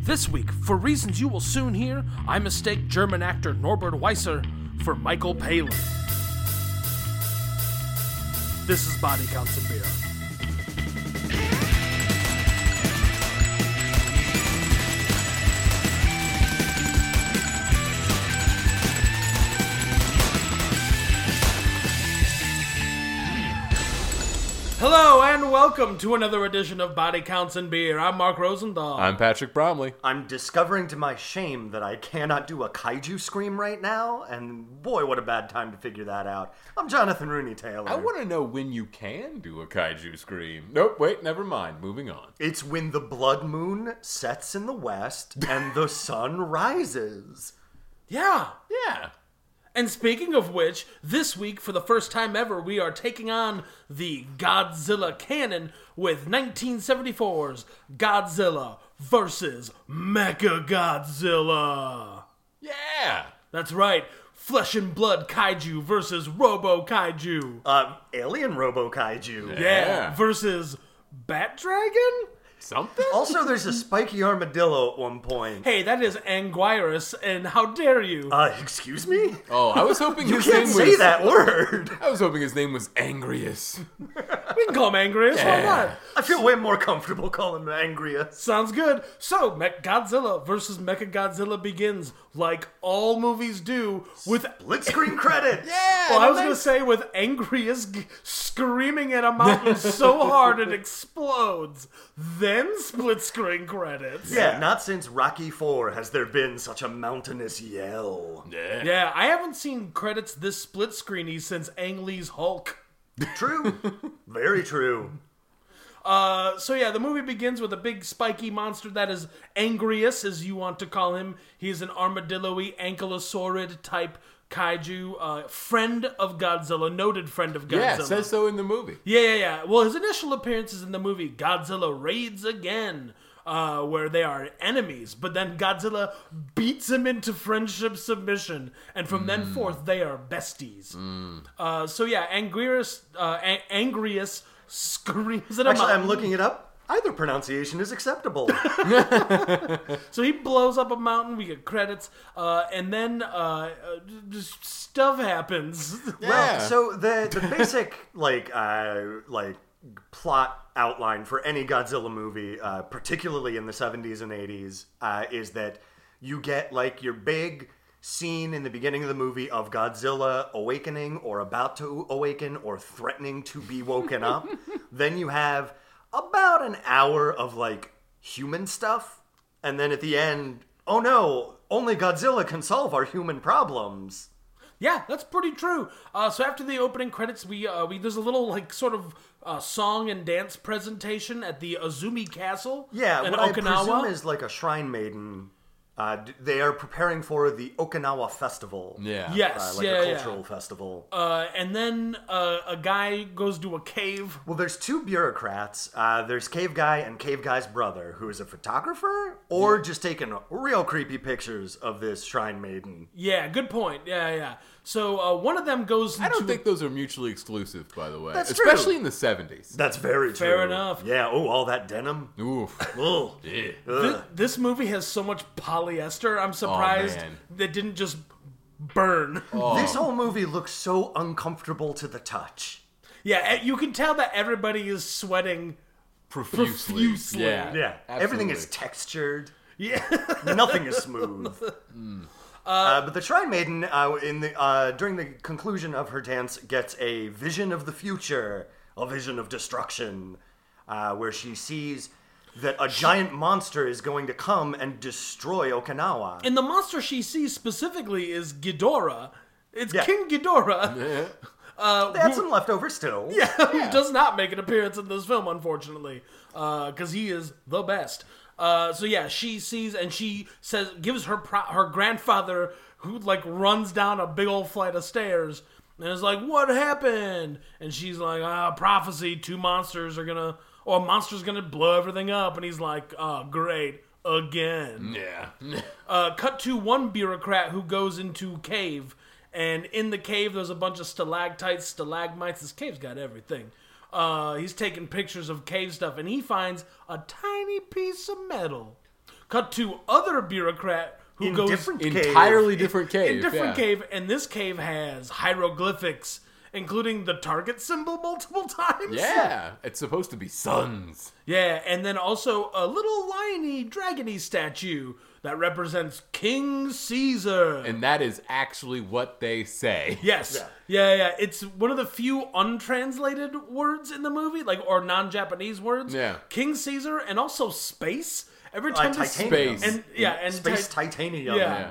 This week, for reasons you will soon hear, I mistake German actor Norbert Weiser for Michael Palin. This is Body Counts and Beer. Hello and welcome to another edition of Body Counts and Beer. I'm Mark Rosendahl. I'm Patrick Bromley. I'm discovering to my shame that I cannot do a kaiju scream right now, and boy, what a bad time to figure that out. I'm Jonathan Rooney Taylor. I want to know when you can do a kaiju scream. Nope, wait, never mind. Moving on. It's when the blood moon sets in the west and the sun rises. yeah. Yeah. And speaking of which, this week, for the first time ever, we are taking on the Godzilla canon with 1974's Godzilla versus Mecha Godzilla. Yeah. That's right, flesh and blood kaiju versus robo kaiju. Uh, alien robo kaiju. Yeah. Versus Bat Dragon? Something? Also, there's a spiky armadillo at one point. Hey, that is Anguirus, and how dare you? Uh, excuse me? Oh, I was hoping You his can't name say was that word. I was hoping his name was Angrius. we can call him Anguirus, why Yeah. not? I feel way more comfortable calling him Angrius. Sounds good. So, Mech Godzilla versus Mecha Godzilla begins like all movies do with. Split screen credits. Well, I was going to say with Angrius g- screaming at a mountain so hard it explodes, then split screen credits. Yeah, not since Rocky 4 has there been such a mountainous yell. Yeah. Yeah, I haven't seen credits this split screeny since Ang Lee's Hulk. True. Very true. Uh, so yeah, the movie begins with a big spiky monster that is Angrius, as you want to call him. He is an armadillo-y, ankylosaurid type kaiju, uh, friend of Godzilla, noted friend of Godzilla. Yeah, it says so in the movie. Yeah, yeah, yeah. Well, his initial appearance is in the movie Godzilla Raids Again, uh, where they are enemies, but then Godzilla beats him into friendship submission, and from Hmm. then forth they are besties. Uh, so yeah, Angrius, uh, A- Angrius screams at a Actually, mountain. I'm looking it up. Either pronunciation is acceptable. So he blows up a mountain. We get credits, uh, and then uh, uh, just stuff happens. Well, Yeah. so the the basic like uh, like plot outline for any Godzilla movie, uh, particularly in the 70s and 80s, uh, is that you get like your big scene in the beginning of the movie of Godzilla awakening or about to awaken or threatening to be woken up. then you have about an hour of like human stuff, and then at the end, oh no, only Godzilla can solve our human problems. yeah, that's pretty true. Uh, so after the opening credits, we uh, we there's a little like sort of uh, song and dance presentation at the Azumi Castle. Yeah, in what Okinawa. I presume is like a shrine maiden. Uh, d- they are preparing for the Okinawa festival. Yeah. Yes. Uh, like yeah, a yeah. cultural festival. uh, and then uh, a guy goes to a cave. well, there's two bureaucrats. Uh, there's Cave Guy and Cave Guy's brother, who is a photographer or just taking real creepy pictures of this shrine maiden. Yeah, good point. Yeah, yeah. So uh, one of them goes. I don't into think those are mutually exclusive, by the way. That's true. Especially in the 70s. That's very Fair true. enough. Yeah. Oh, all that denim. Oof. Ugh. Oh, yeah. Thi- this movie has so much polyester. I'm surprised man. that didn't just burn. This whole movie looks so uncomfortable to the touch. Yeah, e- you can tell that everybody is sweating. Profusely. Profusely. Yeah. Yeah. Everything absolutely. is textured. Yeah. Nothing is smooth. Uh, but the Shrine Maiden, uh, in the uh, during the conclusion of her dance, gets a vision of the future, a vision of destruction, uh, where she sees that a giant monster is going to come and destroy Okinawa. and the monster she sees specifically is Ghidorah. It's Yeah. King Ghidorah, Yeah. They had some left over still. Yeah. who does not make an appearance in this film, unfortunately, because he is the best. Uh, so yeah, she sees and she says gives her pro- her grandfather who like runs down a big old flight of stairs and is like, "What happened?" And she's like, "Ah, prophecy. Two monsters are gonna, or a monster's gonna blow everything up." And he's like, "Oh, great." Again. Yeah. Uh, cut to one bureaucrat who goes into cave, and in the cave there's a bunch of stalactites, stalagmites. This cave's got everything. Uh, he's taking pictures of cave stuff, and he finds a tiny piece of metal Cut to other bureaucrat who In goes different cave. Entirely different in cave. different yeah. cave, and this cave has hieroglyphics, including the target symbol multiple times. Yeah, it's supposed to be suns. Yeah, and then also a little liony, dragony statue that represents King Caesar. And that is actually what they say. yes. Yeah. Yeah. yeah, It's one of the few untranslated words in the movie, like or non-Japanese words. Yeah. King Caesar and also space. Every Uh, time this- titanium. Space. and yeah, and Space ti- titanium. Yeah. Yeah.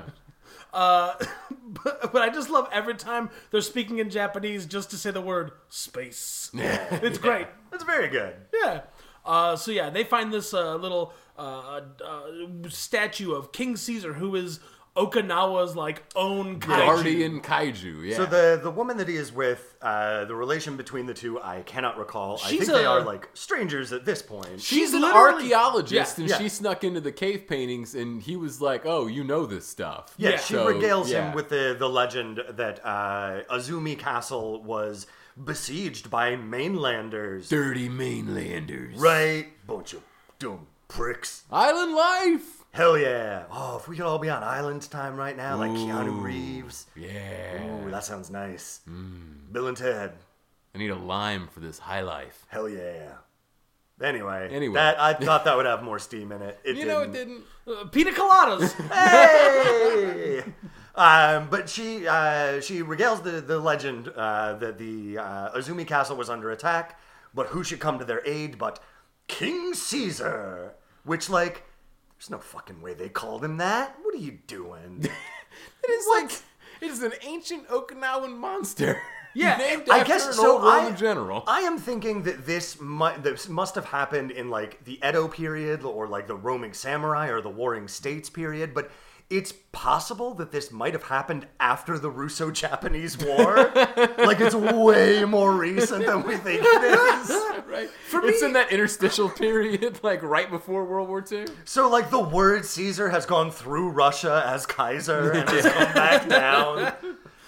Uh, but, but I just love every time they're speaking in Japanese just to say the word space. it's great. That's very good. Yeah. Uh, so yeah, they find this uh, little uh, uh, statue of King Caesar, who is Okinawa's like own kaiju. Guardian kaiju. Yeah. So the the woman that he is with, uh, the relation between the two, I cannot recall. I She's think they a- are like strangers at this point. She's an literally- archaeologist, Yeah, and yeah. she snuck into the cave paintings, and he was like, "Oh, you know this stuff." yeah, yeah. she So, regales him yeah. with the the legend that uh, Azumi Castle was besieged by mainlanders. Dirty mainlanders. Right, bunch of dumb pricks. Island life. Hell yeah! Oh, if we could all be on island time right now, like Keanu Reeves. Yeah. Mm. Ooh, that sounds nice. Bill and Ted. I need a lime for this high life. Hell yeah. Anyway, Anyway. that I thought that would have more steam in it. It You didn't. know it didn't. Uh, pina coladas. hey! um, but she uh, she regales the the legend uh, that the uh, Azumi Castle was under attack, but who should come to their aid but King Caesar? Which like, there's no fucking way they called him that. What are you doing? It is like it is an ancient Okinawan monster. Yeah, named I after guess an so. old Roman I, general. I am thinking that this mu- this must have happened in like the Edo period or like the roaming samurai or the warring states period, but it's possible that this might have happened after the Russo-Japanese War. like it's way more recent than we think it is. Right? it's in that interstitial period, like right before World War II. So like the word Caesar has gone through Russia as Kaiser and has come back down.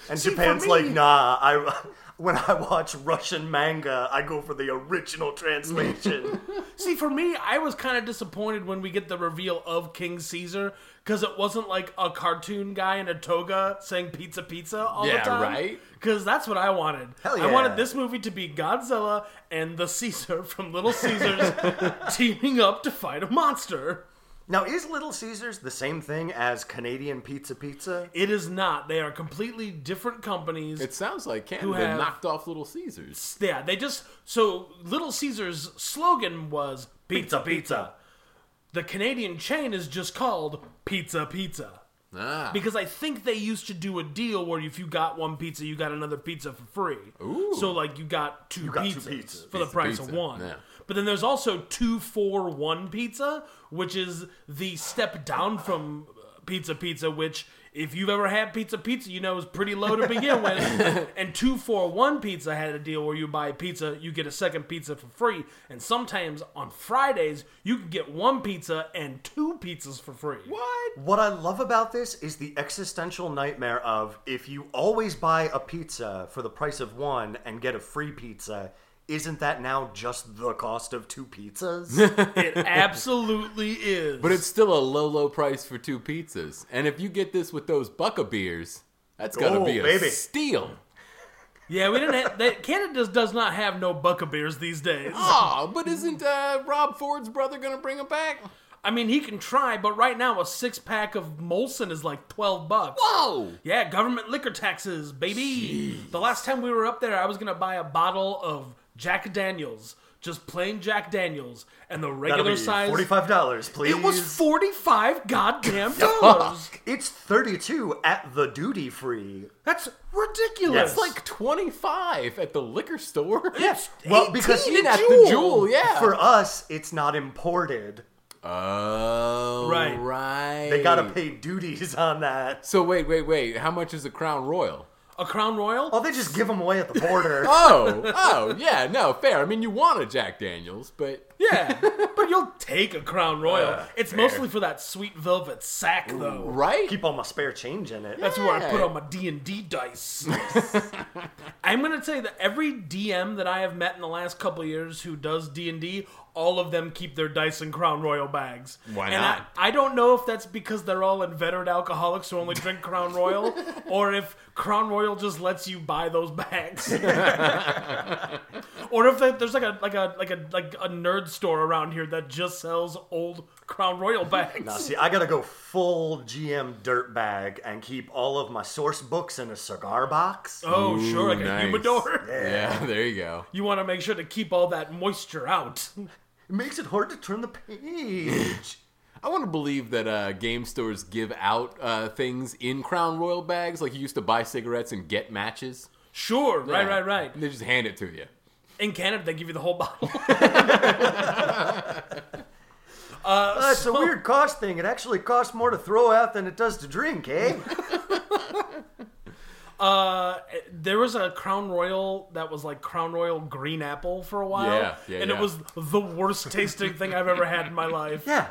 And Japan's me- like, nah, I when I watch Russian manga, I go for the original translation. See, for me, I was kind of disappointed when we get the reveal of King Caesar because it wasn't like a cartoon guy in a toga saying "pizza, pizza" all Yeah, the time. right? Because that's what I wanted. Hell I yeah. wanted this movie to be Godzilla and the Caesar from Little Caesars teaming up to fight a monster. Now, is Little Caesars the same thing as Canadian Pizza Pizza? It is not. They are completely different companies. It sounds like Canada have- knocked off Little Caesars. yeah, they just so Little Caesar's slogan was pizza, pizza. The Canadian chain is just called Pizza Pizza. Ah, Because I think they used to do a deal where if you got one pizza, you got another pizza for free. Ooh. So like you got two, got two pizzas, pizzas. for the price of pizza, one. yeah. But then there's also two four one pizza, which is the step down from uh, pizza pizza, which if you've ever had pizza pizza, you know is pretty low to begin with. and two four one pizza had a deal where you buy pizza, you get a second pizza for free, and sometimes on Fridays you can get one pizza and two pizzas for free. what? What I love about this is the existential nightmare of if you always buy a pizza for the price of one and get a free pizza, isn't that now just the cost of two pizzas? It absolutely is. But it's still a low, low price for two pizzas. And if you get this with those Buckabeers, that's gotta Oh, be a baby. steal. yeah, we didn't. Have, that, Canada does, does not have no Buckabeers these days. Aw, but isn't uh, Rob Ford's brother gonna bring him back? I mean, he can try, but right now a six pack of Molson is like twelve bucks. Whoa! Yeah, government liquor taxes, baby. The last time we were up there, I was gonna buy a bottle of Jack Daniels, just plain Jack Daniels, and the That'll be regular size. forty-five dollars, please. It was forty-five goddamn dollars. It's thirty-two at the duty free. That's Yes. ridiculous. It's like 25 at the liquor store. Yes. Well, because Even at at Jewel. the Jewel, yeah. for us, it's not imported. oh, Right. right. They gotta pay duties on that. So wait, wait, wait. How much is a Crown Royal? a Crown Royal. Oh, they just give them away at the border. Oh, oh, yeah, no, fair. I mean, you want a Jack Daniels, but Yeah, but you'll take a Crown Royal. it's mostly for that sweet velvet sack, though. right? Keep all my spare change in it. That's where I put Yeah. all my D and D dice. I'm gonna tell you that every DM that I have met in the last couple years who does D and D all of them keep their Dyson Crown Royal bags. Why and not? I, I don't know if that's because they're all inveterate alcoholics who only drink Crown Royal, or if Crown Royal just lets you buy those bags, or if there- there's like a like a like a like a nerd store around here that just sells old Crown Royal bags. Now, see, I gotta go full GM dirtbag and keep all of my source books in a cigar box. Oh, Ooh, sure, like a nice. humidor. Yeah, there you go. You want to make sure to keep all that moisture out. It makes it hard to turn the page. I want to believe that uh, game stores give out uh, things in Crown Royal bags, like you used to buy cigarettes and get matches. Sure, right, right, right. And they just hand it to you. In Canada, they give you the whole bottle. Uh, it's a weird cost thing. It actually costs more to throw out than it does to drink, eh? there was a Crown Royal that was like Crown Royal Green Apple for a while. Yeah, yeah, and it yeah. was the worst tasting thing I've ever had in my life. yeah.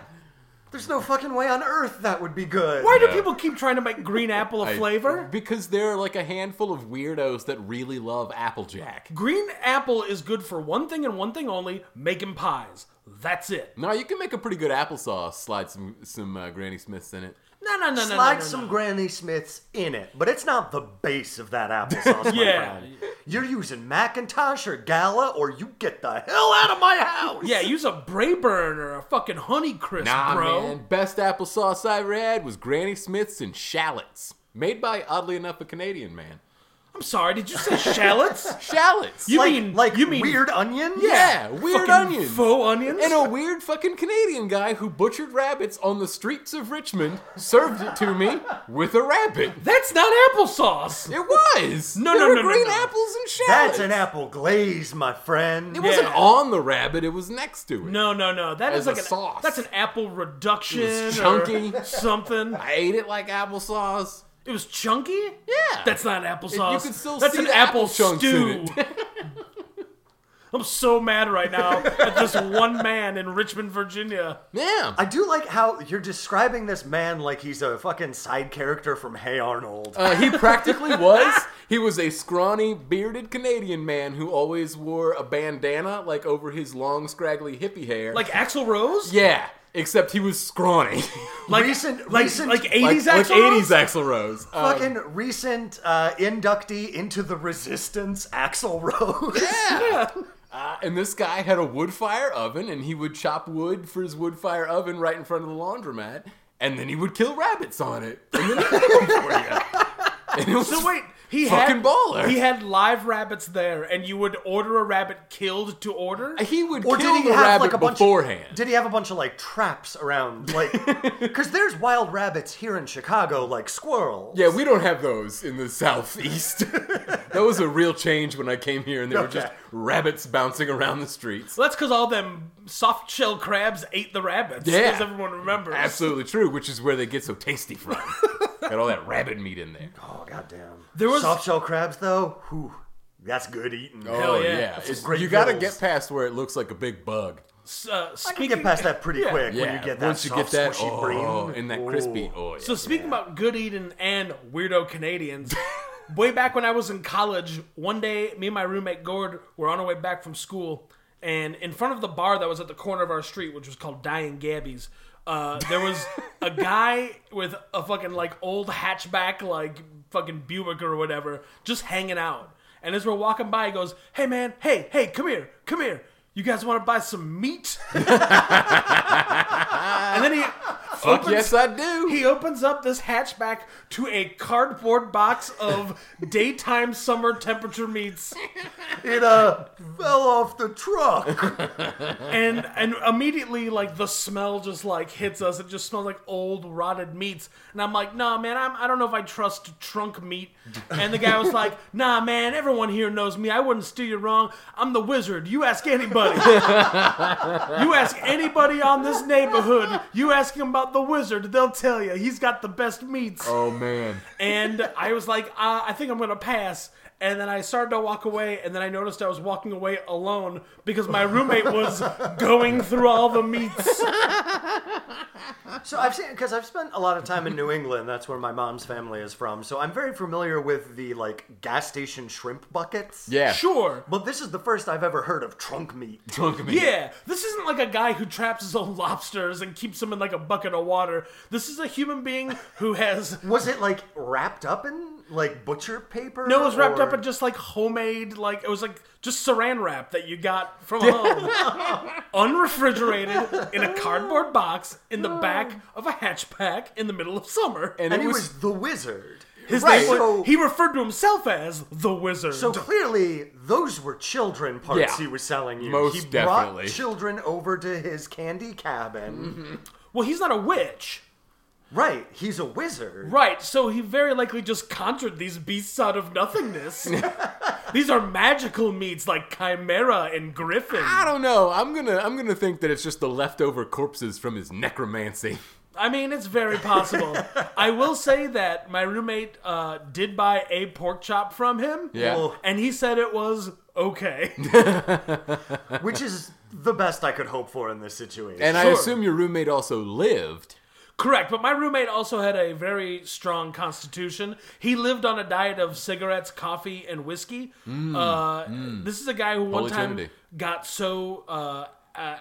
There's no fucking way on earth that would be good. Why do Yeah. people keep trying to make green apple a I- flavor? because there are like a handful of weirdos that really love Applejack. Green apple is good for one thing and one thing only making pies. That's it. No, you can make a pretty good applesauce. Slide some some uh, Granny Smiths in it. No, no, no, no, no. Slide no, no. some Granny Smiths in it, but it's not the base of that applesauce, Yeah. my friend. You're using Macintosh or Gala, or you get the hell out of my house. Yeah, use a Brayburn or a fucking Honeycrisp, Nah, bro. man. Best applesauce I ever had was Granny Smith's and shallots, made by oddly enough a Canadian man. I'm sorry, did you say shallots? Shallots. You like, mean like you mean weird onions? yeah, weird fucking onions. faux onions? and a weird fucking Canadian guy who butchered rabbits on the streets of Richmond served it to me with a rabbit. That's not applesauce. It was. No, There no, were no, no, green no. apples and shallots. That's an apple glaze, my friend. It wasn't Yeah. on the rabbit. It was next to it. No, no, no. That As is like a an, sauce. That's an apple reduction. It was or chunky. something. I ate it like applesauce. It was chunky. Yeah. That's not applesauce. You can still that's see an the apple, apple chunks stew. in I'm so mad right now at this one man in Richmond, Virginia. yeah. I do like how you're describing this man like he's a fucking side character from Hey Arnold. Uh, he practically was. He was a scrawny, bearded Canadian man who always wore a bandana like over his long, scraggly hippie hair. Like Axl Rose. yeah, except he was scrawny, Like recent- like recent- like like, 80s like Axl Rose? '80s Axl Rose. Um, fucking recent uh, inductee into the Resistance, Axel Rose. yeah. Uh, and this guy had a wood fire oven, and he would chop wood for his wood fire oven right in front of the laundromat, and then he would kill rabbits on it, and then he'd cook 'em for you. And it was So wait, he fucking had baller. he had live rabbits there, and you would order a rabbit killed to order. He would Or kill did he the have rabbit like a bunch? beforehand. Did he have a bunch of like traps around, like? Because there's wild rabbits here in Chicago, like squirrels. Yeah, we don't have those in the southeast. that was a real change when I came here, and there were just Okay. rabbits bouncing around the streets. So that's because all them soft shell crabs ate the rabbits. Yeah. as everyone remembers. Absolutely true, which is where they get so tasty from. Got all that rabbit meat in there. Oh goddamn. There was- soft shell crabs though. Whew, that's good eating. Oh. Hell yeah. That's It's- great you got to riddles. get past where it looks like a big bug. S- Uh, I can speaking get past that pretty Yeah. quick when Yeah, you get that once you get soft, that, squishy oh, brain and that crispy, Ooh. oh yeah. so speaking about good eating and weirdo Canadians, way back when I was in college, one day me and my roommate Gord were on our way back from school, and in front of the bar that was at the corner of our street, which was called Dying Gabby's, uh, there was a guy with a fucking like old hatchback, like fucking Buick or whatever, just hanging out. And as we're walking by, he goes, "Hey man, hey, hey, come here, come here." You guys want to buy some meat? and then he Fuck opens- yes, I do. he opens up this hatchback to a cardboard box of daytime summer temperature meats, It uh fell off the truck. and and immediately like the smell just like hits us. It just smells like old rotted meats, and I'm like, nah, man, I'm, I don't know if I trust trunk meat. And the guy was like, nah, man, everyone here knows me. I wouldn't steer you wrong. I'm the wizard. You ask anybody. You ask anybody on this neighborhood. You ask them about the wizard, they'll tell you he's got the best meats. oh man, and I was like, uh, I think I'm gonna pass. And then I started to walk away, and then I noticed I was walking away alone because my roommate was going through all the meats. So I've seen because I've spent a lot of time in New England. That's where my mom's family is from. So I'm very familiar with the like gas station shrimp buckets. Yeah. Sure. But this is the first I've ever heard of trunk meat. Drunk meat. Yeah, this isn't like a guy who traps his own lobsters and keeps them in like a bucket of water. This is a human being who has Was it like wrapped up in like butcher paper? No, it was wrapped or- up in just like homemade, like it was like just saran wrap that you got from home, unrefrigerated in a cardboard box in the back of a hatchback in the middle of summer. And, it And he was, was the wizard. His Right, name was, so- he referred to himself as the wizard. So clearly, those were children parts Yeah. he was selling you. Most he definitely. brought children over to his candy Mm-hmm. cabin. well, he's not a witch. Right, he's a wizard. Right, so he very likely just conjured these beasts out of nothingness. these are magical meats like chimera and griffin. I don't know. I'm gonna I'm gonna think that it's just the leftover corpses from his necromancy. I mean, it's very possible. I will say that my roommate uh, did buy a pork chop from him. Yeah. Well, And he said it was okay. which is the best I could hope for in this situation. and I sure. assume your roommate also lived. Correct. But my roommate also had a very strong constitution. He lived on a diet of cigarettes, coffee, and whiskey. uh, This is a guy who one Mm, Holy time Trinity. got so uh, uh,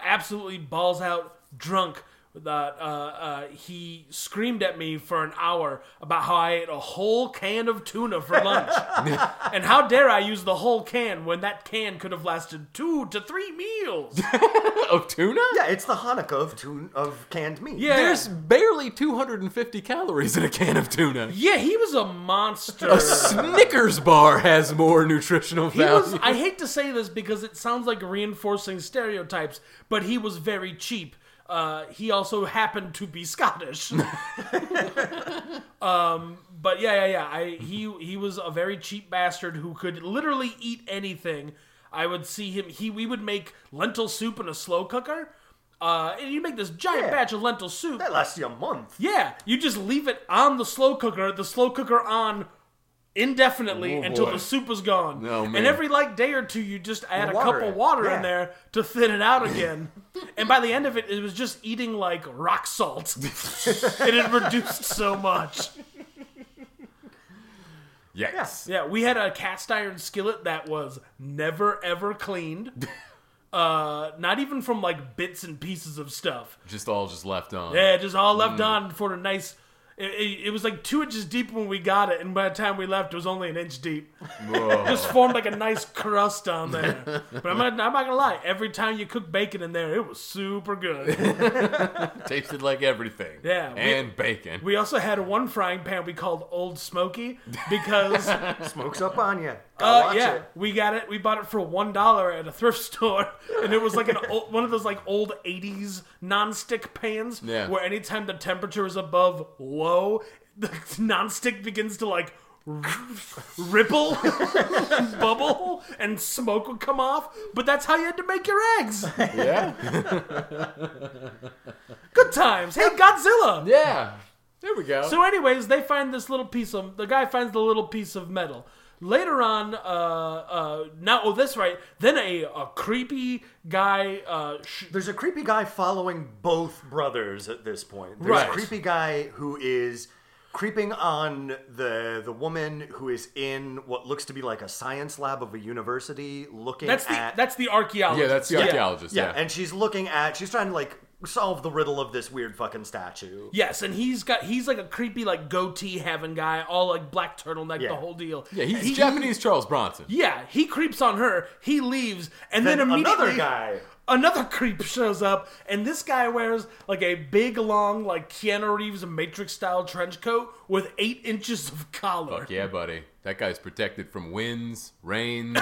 absolutely balls out drunk that uh, uh, he screamed at me for an hour about how I ate a whole can of tuna for lunch. and how dare I use the whole can when that can could have lasted two to three meals? Of tuna? yeah, it's the Hanukkah of tune of canned meat. Yeah. There's barely 250 calories in a can of tuna. yeah, he was a monster. A Snickers bar has more nutritional He value. was, I hate to say this because it sounds like reinforcing stereotypes, but he was very cheap. Uh, he also happened to be Scottish. um, but yeah, yeah, yeah. I, he he was a very cheap bastard who could literally eat anything. I would see him. He we would make lentil soup in a slow cooker. Uh, and you make this giant Yeah. batch of lentil soup. That lasts you a month. Yeah, you just leave it on the slow cooker, the slow cooker on indefinitely Oh, until boy. the soup is gone. Oh, man. And every like day or two, you just add a Water cup of it. water in Yeah. there to thin it out again. and by the end of it, it was just eating like rock salt. it had reduced so much. yes. Yeah, we had a cast iron skillet that was never ever cleaned. Uh, not even from like bits and pieces of stuff. Just all just left on. Yeah, just all left on for a nice. It, it, it was like two inches deep when we got it, and by the time we left, it was only an inch deep. Whoa. Just formed like a nice crust on there. But I'm not, I'm not gonna lie. Every time you cook bacon in there, it was super good. Tasted like everything. Yeah, we- And bacon. We also had one frying pan we called Old Smoky because Smokes up on you. Uh, Gotta watch yeah, it. we got it. We bought it for one dollar at a thrift store, and it was like an old, one of those like old '80s nonstick pans Yeah. where anytime the temperature is above low, the nonstick begins to like r- ripple, and bubble, and smoke would come off. But that's how you had to make your eggs. yeah. Good times. Hey, Godzilla. yeah. There we go. So, anyways, they find this little piece of the guy finds the little piece of metal. Later on, uh, uh, now oh, that's right. Then a, a creepy guy. Uh, sh- There's a creepy guy following both brothers at this point. There's Right. a creepy guy who is creeping on the the woman who is in what looks to be like a science lab of a university looking that's the at that's the archaeologist. yeah, that's the archaeologist. yeah, Yeah. and she's looking at she's trying to like solve the riddle of this weird fucking statue. Yes, and he's got he's like a creepy like goatee having guy, all like black turtleneck, Yeah. the whole deal. yeah, he's he, Japanese Charles Bronson. Yeah, he creeps on her. He leaves, and then, Then immediately another guy. another creep shows up, and this guy wears like a big, long, like Keanu Reeves Matrix style trench coat with eight inches of collar. Fuck yeah, buddy. That guy's protected from winds, rains,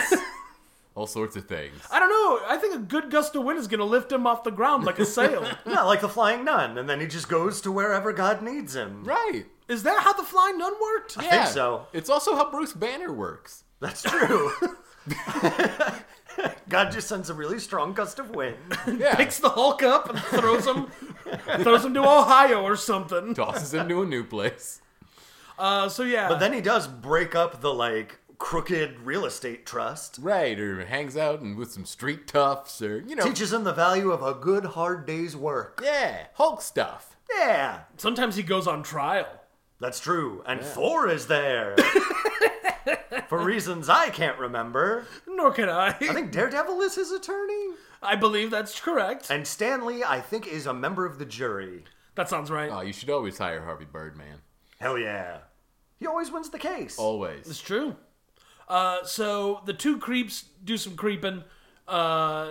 all sorts of things. I don't know. I think a good gust of wind is going to lift him off the ground like a sail. Yeah, like the flying nun, and then he just goes to wherever God needs him. Right. is that how the flying nun worked? Yeah. so. It's also how Bruce Banner works. That's true. God just sends a really strong gust of wind. Yeah. Picks the Hulk up and throws him, throws him to Ohio or something. Tosses him to a new place. Uh, so yeah, But then he does break up the like crooked real estate trust. Right, or hangs out and with some street toughs, or you know, Teaches him the value of a good hard day's work. yeah, Hulk stuff. Yeah, Sometimes he goes on trial. that's true. And four is there. For reasons I can't remember. Nor can I. I think Daredevil is his attorney. I believe that's correct. And Stanley, I think, is a member of the jury. That sounds right. Oh, you should always hire Harvey Birdman. Hell yeah. He always wins the case. Always. It's true. Uh, so the two creeps do some creeping. Uh,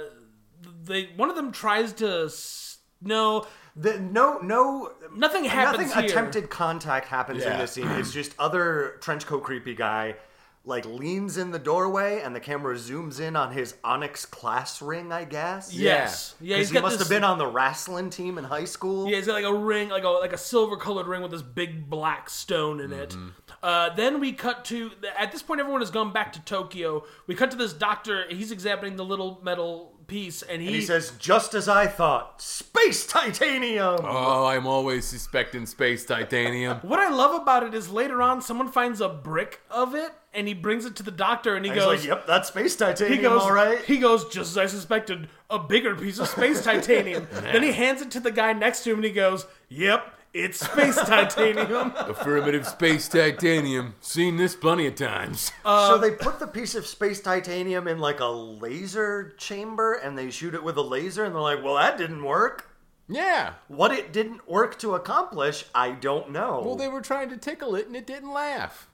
they one of them tries to s- no The, no, no. nothing happens nothing here. attempted contact happens in Yeah. this scene. It's just other trench coat creepy guy like leans in the doorway and the camera zooms in on his onyx class ring, I guess. Yes. Yeah, he's Because he got must this- have been on the wrestling team in high school. Yeah, he's got like a ring, like a like a silver colored ring with this big black stone in it. Mm-hmm. Uh, then we cut to at this point everyone has gone back to Tokyo. We cut to this doctor. He's examining the little metal piece, and he, He says, just as I thought, space titanium! Oh, I'm always suspecting space titanium. "What I love about it is later on someone finds a brick of it, and he brings it to the doctor, and he And he's goes." like, yep, that's space titanium, He goes, all right. he goes, just as I suspected, a bigger piece of space titanium. Then he hands it to the guy next to him and he goes, Yep, it's space titanium. Affirmative space titanium. Seen this plenty of times. uh, so they put the piece of space titanium in like a laser chamber and they shoot it with a laser and they're like, well, that didn't work. yeah. What it didn't work to accomplish, I don't know. Well, they were trying to tickle it and it didn't laugh.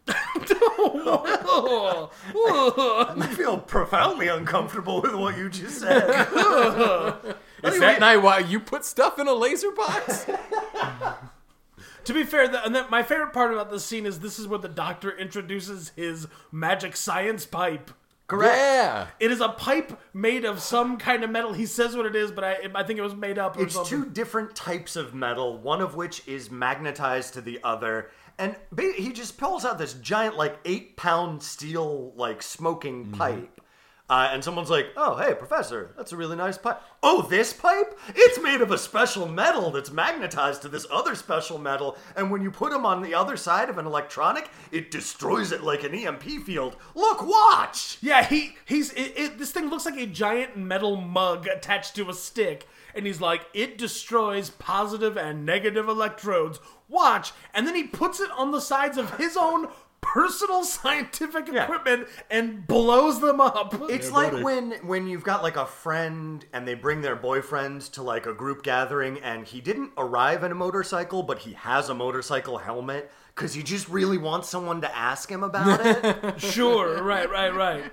Whoa. Whoa. I feel profoundly uncomfortable with what you just said. Is that night why you put stuff in a laser box? to be fair, the, and then my favorite part about this scene is this is where the doctor introduces his magic science pipe. Correct. yeah. It is a pipe made of some kind of metal. He says what it is, but I, I think it was made up or It's something. two different types of metal, one of which is magnetized to the other. And ba- he just pulls out this giant, like, eight pound steel, like, smoking pipe. Uh, and someone's like, oh, hey, Professor, that's a really nice pipe. Oh, this pipe? It's made of a special metal that's magnetized to this other special metal. And when you put them on the other side of an electronic, it destroys it like an EMP field. Look, watch! Yeah, he he's it, it, this thing looks like a giant metal mug attached to a stick, and he's like, it destroys positive and negative electrodes. Watch, and then he puts it on the sides of his own personal scientific equipment and blows them up. It's like when when you've got like a friend and they bring their boyfriend to like a group gathering and he didn't arrive in a motorcycle but he has a motorcycle helmet cuz he just really wants someone to ask him about it. sure, right, right, right.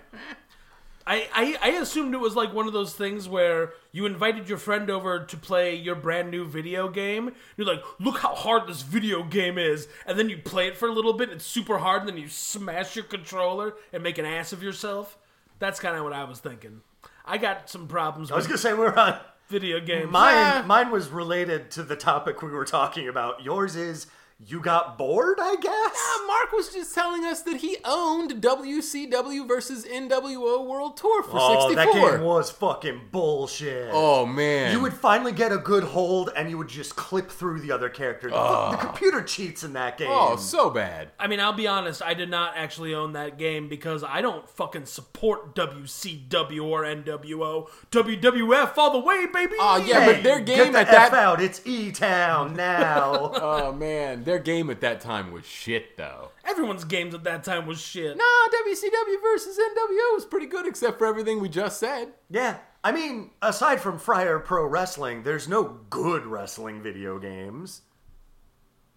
I, I I assumed it was like one of those things where you invited your friend over to play your brand new video game. You're like, look how hard this video game is, and then you play it for a little bit. It's super hard, and then you smash your controller and make an ass of yourself. That's kind of what I was thinking. I got some problems I was with going to say we we're on video games. mine Ah. mine was related to the topic we were talking about. Yours is you got bored, I guess. Uh, Mark was just telling us that he owned WCW versus NWO World Tour for Oh, 64. that game was fucking bullshit. oh, man. You would finally get a good hold and you would just clip through the other character. The- the computer cheats in that game. Oh, so bad. I mean, I'll be honest, I did not actually own that game because I don't fucking support WCW or NWO. WWF all the way, baby! Oh, yeah, but their get game the at that. F out. It's E Town now. Oh, man. Their game at that time was shit, though. Everyone's games at that time was shit. No, WCW versus NWO was pretty good, except for everything we just said. yeah, I mean, aside from Friar Pro Wrestling, there's no good wrestling video games.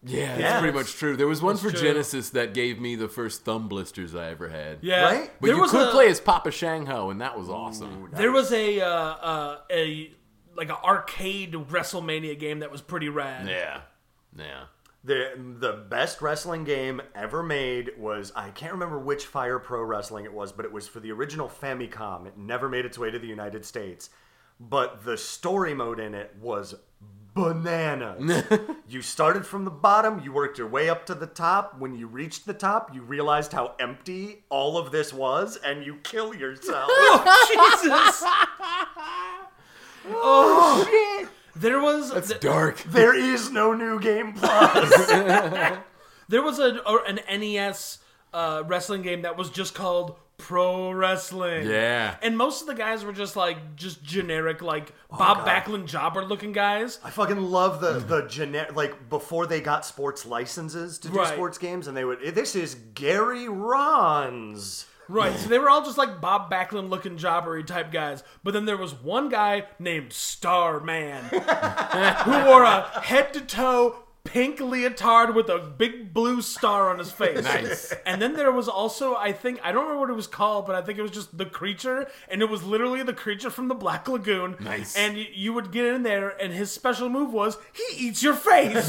Yeah, that's Yeah. pretty much true. There was one for true. Genesis that gave me the first thumb blisters I ever had. Yeah. Right? But there you was could a, play as Papa Shanghai, and that was awesome. There was a, uh, uh, a, like an arcade WrestleMania game that was pretty rad. Yeah. Yeah. The the best wrestling game ever made was I can't remember which Fire Pro Wrestling it was, but it was for the original Famicom. It never made its way to the United States. But the story mode in it was bananas. you started from the bottom, you worked your way up to the top. When you reached the top, you realized how empty all of this was, and you kill yourself. Oh, Jesus! oh, shit! There was... It's dark. there is no new game plus. E There was a, or an NES uh, wrestling game that was just called pro wrestling. Yeah. And most of the guys were just like just generic like Bob God. Backlund jobber looking guys. I fucking love the the generic like before they got sports licenses to do Right. sports games, and they would. This is Gary Rons. Right. So they were all just like Bob Backlund looking jobbery type guys. But then there was one guy named Starman who wore a head to toe pink leotard with a big blue star on his face. Nice. And then there was also, I think, I don't remember what it was called, but I think it was just the creature. And it was literally the creature from the Black Lagoon. Nice. And y- you would get in there, and his special move was he eats your face.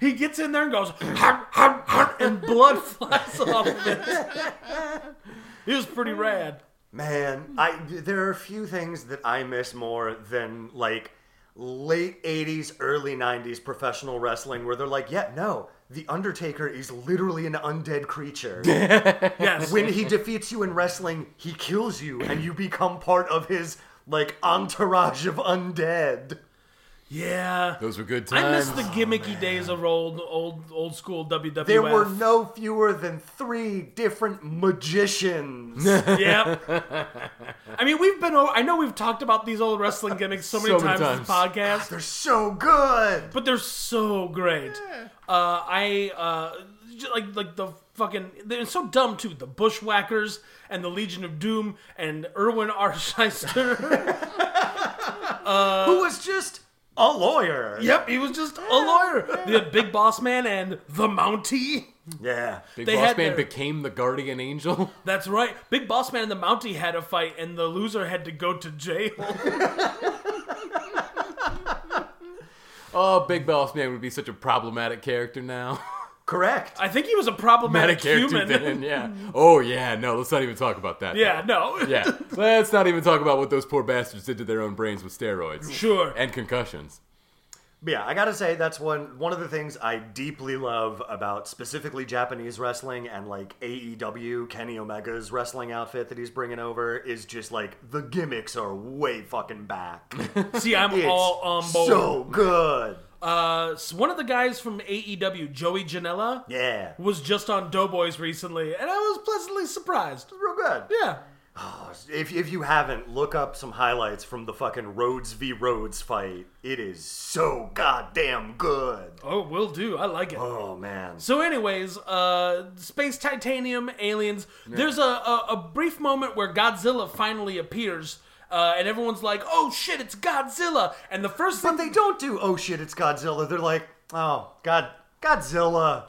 He gets in there and goes, "Harp, harp, harp," and blood flies off of it. He was pretty rad. Man, I there are few things that I miss more than like late 80s early 90s professional wrestling where they're like, "Yeah, no, the Undertaker is literally an undead creature. Yes. when he defeats you in wrestling, he kills you and you become part of his like entourage of undead." yeah. Those were good times. I miss the gimmicky days of old, old, old school WWF. There were no fewer than 3 different magicians. Yep. I mean, we've been. o- I know we've talked about these old wrestling gimmicks so many, So many times, in this times. podcast. they're so good. but they're so great. Uh, I uh, j- like like the fucking they're so dumb too. The Bushwhackers and the Legion of Doom and Erwin R. Shyster. Uh, Who was just a lawyer. yep, he was just a lawyer. The Big Boss Man and the Mountie. Yeah. Big they Boss had Man their- became the guardian angel. That's right. Big Boss Man and the Mountie had a fight, and the loser had to go to jail. Oh, Big Boss Man would be such a problematic character now. Correct. I think he was a Matic problematic character human. then, yeah. Oh yeah, no, let's not even talk about that. Yeah, no. Yeah. Let's not even talk about what those poor bastards did to their own brains with steroids. Sure. And concussions. But yeah, I gotta say that's one one of the things I deeply love about specifically Japanese wrestling and like AEW Kenny Omega's wrestling outfit that he's bringing over is just like the gimmicks are way fucking back. See, I'm It's all on board. so good. Uh, s- one of the guys from AEW, Joey Janela, Yeah, was just on Doughboys recently, and I was pleasantly surprised. real good. Yeah. Oh, if if you haven't, look up some highlights from the fucking Rhodes v Rhodes fight. It is so goddamn good. Oh, will do. I like it. Oh man. So, anyways, uh, space titanium aliens. There's a, a a brief moment where Godzilla finally appears, uh, and everyone's like, "Oh shit, it's Godzilla!" And the first But thing, they don't do oh shit, it's Godzilla. They're like, oh God, Godzilla.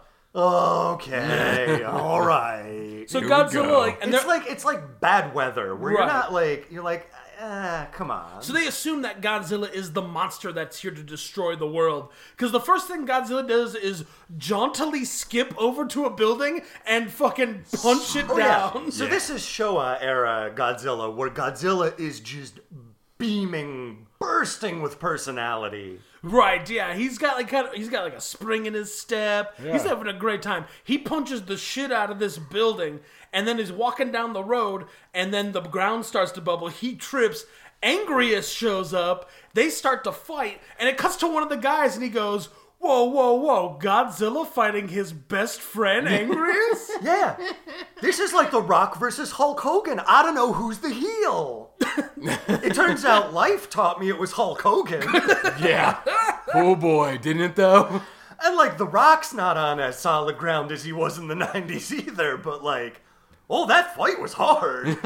Okay, all right. so Here we Godzilla, go. like, and it's they're- like it's like bad weather where you're Right. not like you're like, ah, come on. So they assume that Godzilla is the monster that's here to destroy the world. Because the first thing Godzilla does is jauntily skip over to a building and fucking punch it Oh, yeah. down. So this is Showa era Godzilla, where Godzilla is just beaming, bursting with personality. Right, yeah. He's got like kind of, he's got like a spring in his step. He's having a great time. He punches the shit out of this building and then is walking down the road and then the ground starts to bubble. He trips. Angrius shows up. They start to fight and it cuts to one of the guys and he goes, "Whoa, whoa, whoa. Godzilla fighting his best friend Angrius?" Yeah, this is like The Rock versus Hulk Hogan. I don't know who's the heel. it turns out life taught me it was Hulk Hogan. Yeah. oh boy, didn't it though? And like The Rock's not on as solid ground as he was in the '90s either. But like, oh, that fight was hard.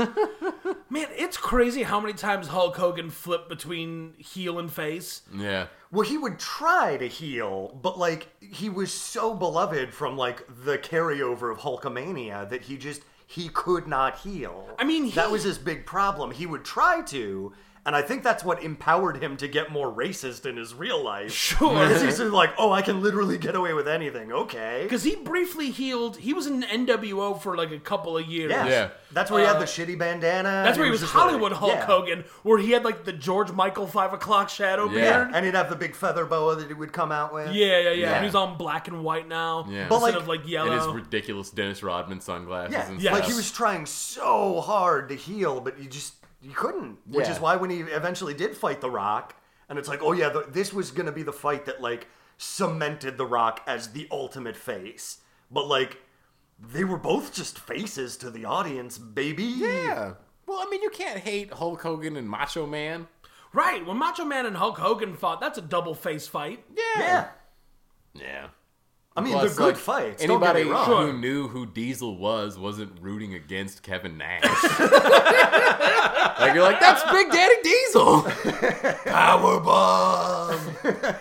Man, it's crazy how many times Hulk Hogan flipped between heel and face. Yeah. well, he would try to heal, but like he was so beloved from like the carryover of Hulkamania that he just he could not heal. I mean, that he- was his big problem. He would try to. And I think that's what empowered him to get more racist in his real life. Sure. Because he's like, oh, I can literally get away with anything. Okay. Because he briefly healed, he was in NWO for like a couple of years. Yeah. Yeah. That's where he had the shitty bandana. Uh, That's and where he was, just Hollywood like- Hulk yeah. Hogan, where he had like the George Michael five o'clock shadow Yeah. beard. And he'd have the big feather boa that he would come out with. Yeah, yeah, yeah. Yeah. And he's on black and white now Yeah. instead But, like, of like And his yellow. ridiculous Dennis Rodman sunglasses Yeah. and Yes. Like stuff. he was trying so hard to heal, but you just you couldn't. Which Yeah. is why when he eventually did fight The Rock, and it's like, oh yeah, the, this was gonna be the fight that like cemented The Rock as the ultimate face. But like they were both just faces to the audience, baby. Yeah. Well, I mean, you can't hate Hulk Hogan and Macho Man. Right, when Macho Man and Hulk Hogan fought, that's a double face fight. Yeah. Yeah. I mean, Plus, they're good like, fights. Anybody don't get me wrong. who knew who Diesel was wasn't rooting against Kevin Nash. like you're like, that's Big Daddy Diesel. Powerbomb.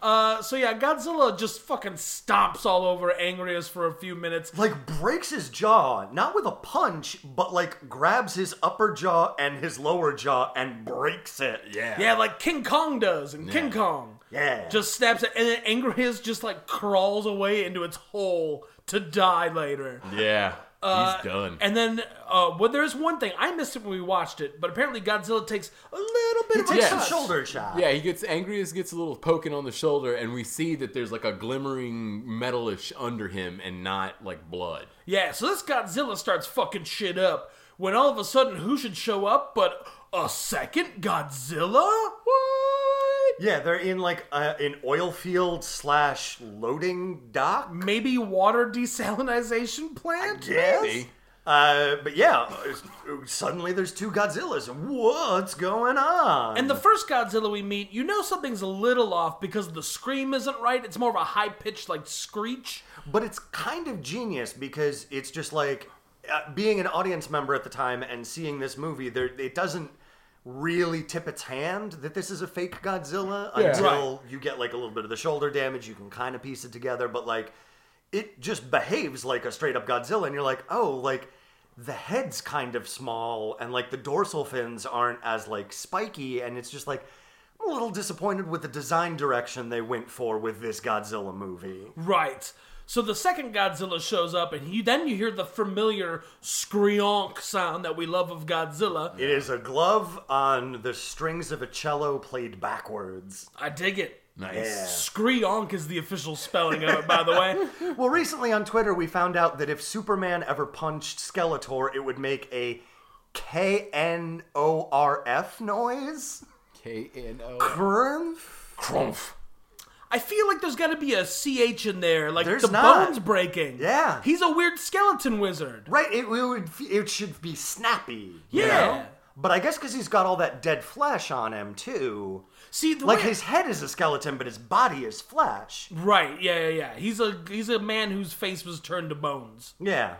Uh, so yeah, Godzilla just fucking stomps all over Angrius for a few minutes. Like breaks his jaw, not with a punch, but like grabs his upper jaw and his lower jaw and breaks it. Yeah. Yeah, like King Kong does in King Kong. Yeah. Just snaps it, and then Angrius just like crawls away into its hole to die later. Yeah. He's done. And then, uh, well, there's one thing I missed it when we watched it, but apparently Godzilla takes a little bit he of takes a some cut. shoulder shot. yeah, he gets Angrius gets a little poking on the shoulder, and we see that there's like a glimmering metalish under him, and not like blood. Yeah, so this Godzilla starts fucking shit up when all of a sudden who should show up but a second Godzilla? What? Yeah, they're in like a, an oil field slash loading dock. Maybe water desalinization plant? Yes. Maybe. Uh, but yeah, suddenly there's two Godzillas. What's going on? And the first Godzilla we meet, you know something's a little off because the scream isn't right. It's more of a high pitched like screech. But it's kind of genius because it's just like uh, being an audience member at the time and seeing this movie. There, it doesn't really tip its hand that this is a fake Godzilla Yeah. until you get like a little bit of the shoulder damage. You can kind of piece it together, but like it just behaves like a straight up Godzilla, and you're like, oh, like the head's kind of small, and like the dorsal fins aren't as like spiky, and it's just like. I'm a little disappointed with the design direction they went for with this Godzilla movie. Right. So the second Godzilla shows up and you then you hear the familiar screonk sound that we love of Godzilla. It is a glove on the strings of a cello played backwards. I dig it. Nice. Screonk is the official spelling of it, by the way. Well, recently on Twitter, we found out that if Superman ever punched Skeletor, it would make a K N O R F noise. K N O. Grunf? Crumph. I feel like there's got to be a ch in there, like There's the not. bones breaking. Yeah. he's a weird skeleton wizard. Right, it, it would. It should be snappy. Yeah. But I guess because he's got all that dead flesh on him too. See, the Like way- his head is a skeleton, but his body is flesh. right? Yeah, yeah, yeah. He's a he's a man whose face was turned to bones Yeah.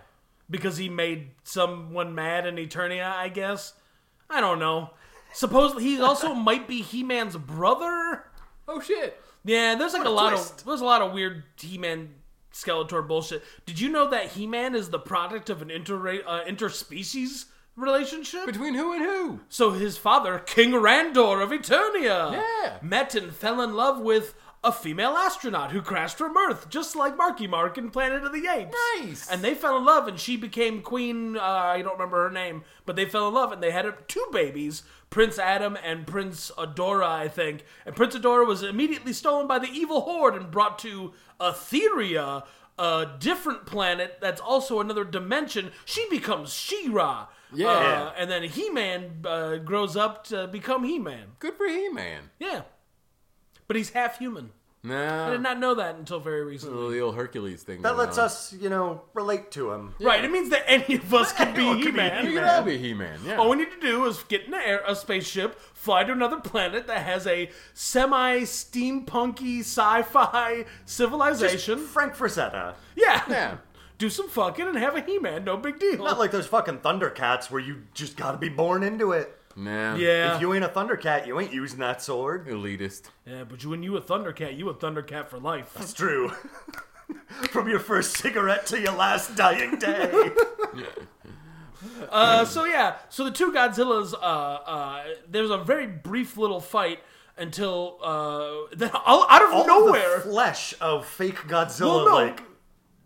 because he made someone mad in Eternia. I guess. I don't know. Supposedly, he also might be He-Man's brother. Oh shit. Yeah, there's like a, a lot of twist. there's a lot of weird He-Man Skeletor bullshit. Did you know that He-Man is the product of an inter uh, interspecies relationship? Between who and who? So his father, King Randor of Eternia, Yeah. met and fell in love with a female astronaut who crashed from Earth, just like Marky Mark in Planet of the Apes. Nice. And they fell in love, and she became Queen. Uh, I don't remember her name, but they fell in love, and they had uh, two babies, Prince Adam and Prince Adora, I think. And Prince Adora was immediately stolen by the evil horde and brought to Etheria, a different planet that's also another dimension. She becomes She-Ra. Yeah. Uh, and then He-Man uh, grows up to become He-Man. Good for He Man. Yeah. But he's half human. I Nah. did not know that until very recently. The old Hercules thing. That going lets on. us, you know, relate to him. Right, it means that any of us can be Anyone can be He-Man. You could all be He Man. Yeah. All we need to do is get in the air, a spaceship, fly to another planet that has a semi steampunky sci fi civilization. Frank Frazetta. yeah. Yeah. Do some fucking and have a He Man, no big deal. Not like those fucking Thundercats where you just gotta be born into it. Nah. yeah. If you ain't a Thundercat, you ain't using that sword. Elitist. yeah, but you, when you a Thundercat, you a Thundercat for life. It's true. From your first cigarette to your last dying day. Uh, so yeah, so the two Godzillas. Uh, uh, there's a very brief little fight until uh, then all, out of All nowhere. of the flesh of fake Well, Godzilla no. like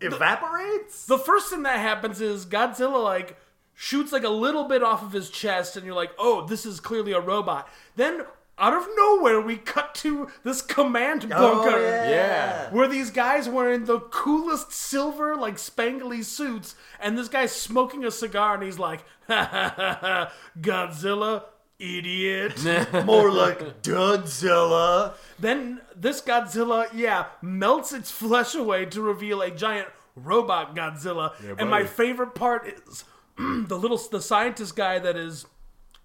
evaporates. the first thing that happens is Godzilla like shoots like a little bit off of his chest, and you're like, oh, this is clearly a robot. Then out of nowhere, we cut to this command Oh, bunker. Yeah. Where these guys wearing the coolest silver, like spangly suits, and this guy's smoking a cigar, and he's like, ha ha ha, ha Godzilla, idiot. More like Dudzilla. Then this Godzilla, yeah, melts its flesh away to reveal a giant Robot Godzilla. and my buddy. favorite part is the little the scientist guy that is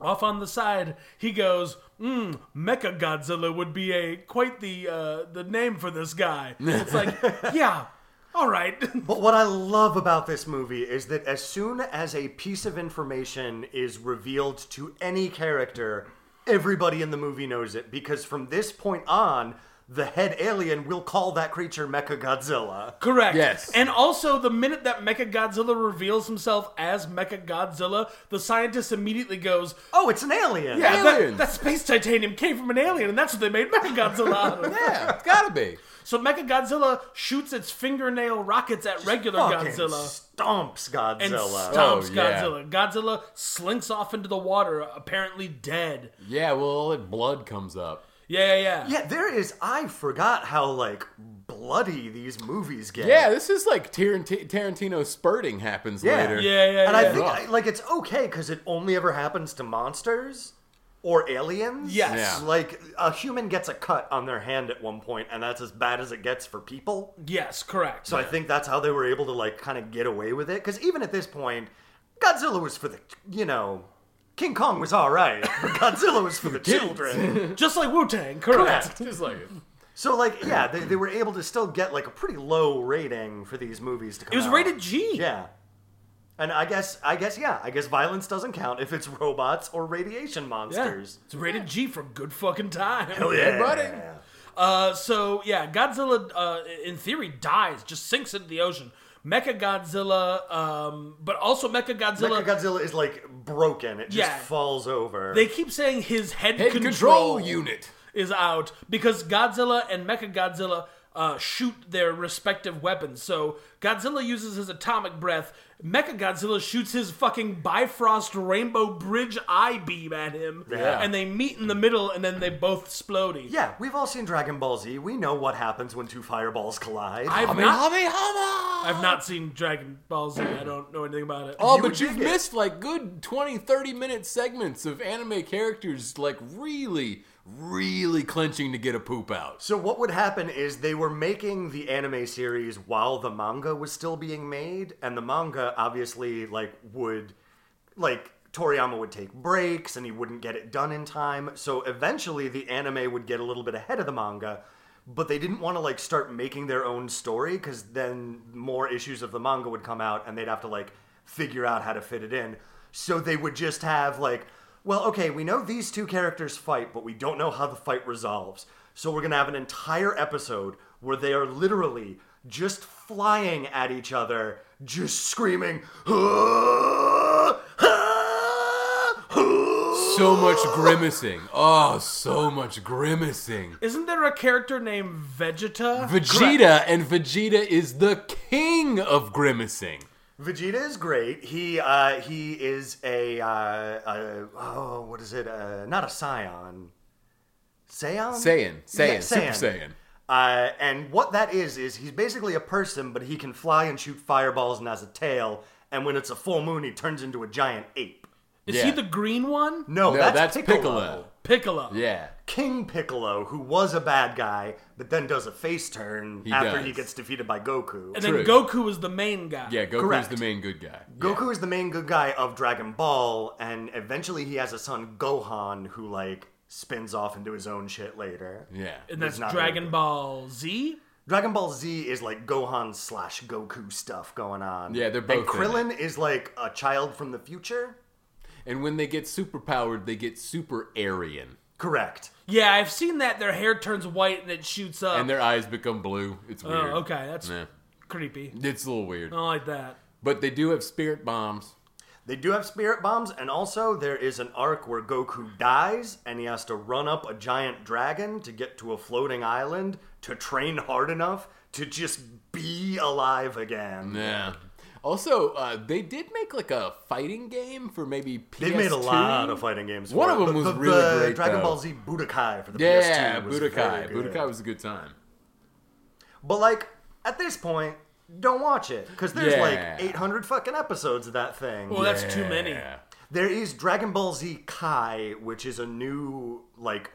off on the side. He goes, mm, "Mecha Godzilla would be a quite the uh, the name for this guy." It's like, yeah, all right. But what I love about this movie is that as soon as a piece of information is revealed to any character, everybody in the movie knows it because from this point on, the head alien will call that creature Mecha Godzilla. Correct. Yes. And also, the minute that Mecha Godzilla reveals himself as Mecha Godzilla, the scientist immediately goes, Oh, it's an alien. Yeah. that, Aliens. that space titanium came from an alien, and that's what they made Mechagodzilla out of. Yeah, it's gotta be. So Mechagodzilla shoots its fingernail rockets at regular Fucking Godzilla stomps Godzilla. and stomps Oh, yeah. Godzilla. Godzilla slinks off into the water, apparently dead. Yeah, well, all that blood comes up. Yeah, yeah, yeah. yeah, there is. I forgot how like bloody these movies get. Yeah, this is like Tarant- Tarantino spurting happens Yeah. later. Yeah, yeah, and yeah. I think I- like it's okay because it only ever happens to monsters or aliens. Yes. Yeah. like a human gets a cut on their hand at one point, and that's as bad as it gets for people. Yes, correct. So I think that's how they were able to like kind of get away with it. Because even at this point, Godzilla was for the you know, King Kong was all right, but Godzilla was for the children. Just like Wu Tang, correct. Correct. Just like So like yeah, they, they were able to still get like a pretty low rating for these movies to come. It was out. rated G. Yeah. And I guess, I guess, yeah, I guess violence doesn't count if it's robots or radiation Yeah. monsters. It's rated G for good fucking time. Hell Hey, buddy. Uh, so yeah, Godzilla uh, in theory dies, just sinks into the ocean. Mecha Godzilla, um, but also Mecha Godzilla. Godzilla is like broken; it just Yeah. falls over. They keep saying his head, head control, unit. is out because Godzilla and Mecha Godzilla uh, shoot their respective weapons. So Godzilla uses his atomic breath. Mecha Godzilla shoots his fucking Bifrost Rainbow Bridge I beam at him, Yeah. and they meet in the middle, and then they both explode. yeah, we've all seen Dragon Ball Z. We know what happens when two fireballs collide. I've Hami, not, hami, hama! I've not seen Dragon Ball Z. I don't know anything about it. Oh, You would but you've dig it. missed like good 20, 30 minute segments of anime characters like really, really clenching to get a poop out. so what would happen is they were making the anime series while the manga was still being made, and the manga obviously like would, like Toriyama would take breaks and he wouldn't get it done in time. So eventually the anime would get a little bit ahead of the manga. But they didn't want to like start making their own story because then more issues of the manga would come out and they'd have to like figure out how to fit it in. So they would just have like, well, okay, we know these two characters fight, but we don't know how the fight resolves. So we're gonna have an entire episode where they are literally just flying at each other, just screaming. "Ah! Ah! Ah!" So much grimacing. Oh, so much grimacing. Isn't there a character named Vegeta? Vegeta and Vegeta is the king of grimacing. Vegeta is great. He uh, he is a, uh, a oh what is it? Uh, not a Scion. Scion. Saiyan, Saiyan, Yeah, Super Saiyan. Saiyan. Uh, and what that is is he's basically a person, but he can fly and shoot fireballs and has a tail. And when it's a full moon, he turns into a giant ape. Is Yeah. he the green one? No, No, Oh, that's, that's Piccolo. Piccolo. Piccolo. Yeah. King Piccolo, who was a bad guy, but then does a face turn after does. he gets defeated by Goku. And True. then Goku is the main guy. Yeah, Goku's Correct. the main good guy. Goku is the main good guy of Dragon Ball, and eventually he has a son, Gohan, who like spins off into his own shit later. Yeah. And that's It's not Dragon Goku. Ball Z. Dragon Ball Z is like Gohan slash Goku stuff going on. Yeah, they're And both in Krillin is like a child from the future. And when they get superpowered, they get super Aryan. Correct. Yeah, I've seen that. Their hair turns white and it shoots up. And their eyes become blue. It's oh, weird. okay, that's Yeah. creepy. It's a little weird. I don't like that. But they do have spirit bombs. They do have spirit bombs, and also there is an arc where Goku dies, and he has to run up a giant dragon to get to a floating island to train hard enough to just be alive again. Yeah. Also, uh, they did make like a fighting game for maybe PS2. They've made a lot of fighting games. One for of it, them but was the, really the great, Dragon though. Ball Z Budokai for the Yeah, PS2. was Budokai. very good. Budokai was a good time. But like at this point, don't watch it because there's Yeah. like 800 fucking episodes of that thing. Well, that's too many. Yeah. There is Dragon Ball Z Kai, which is a new like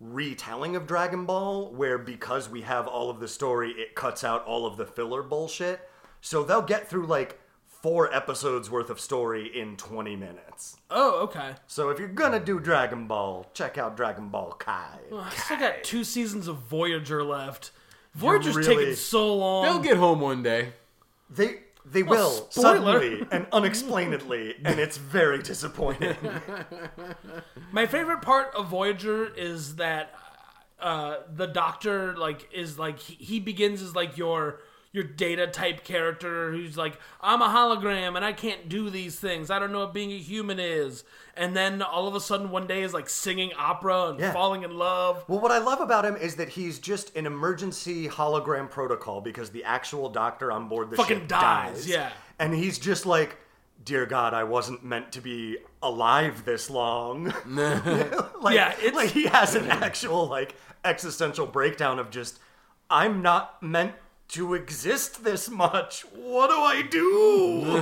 retelling of Dragon Ball, where because we have all of the story, it cuts out all of the filler bullshit. So they'll get through like four episodes worth of story in 20 minutes. Oh, okay. So if you're gonna do Dragon Ball, check out Dragon Ball Kai. I still got two seasons of Voyager left. Voyager's really- taking so long. They'll get home one day. They they will spoiler. suddenly and unexplainedly, and it's very disappointing. My favorite part of Voyager is that uh, the Doctor like is like he, he begins as like your your data type character who's like I'm a hologram and I can't do these things. I don't know what being a human is. And then all of a sudden one day is like singing opera and Yeah. falling in love. well, what I love about him is that he's just an emergency hologram protocol because the actual doctor on board the Fucking ship dies, dies. yeah. and he's just like, "Dear God, I wasn't meant to be alive this long." like, Yeah, it's- like he has an actual like existential breakdown of just, "I'm not meant." To exist this much, what do I do?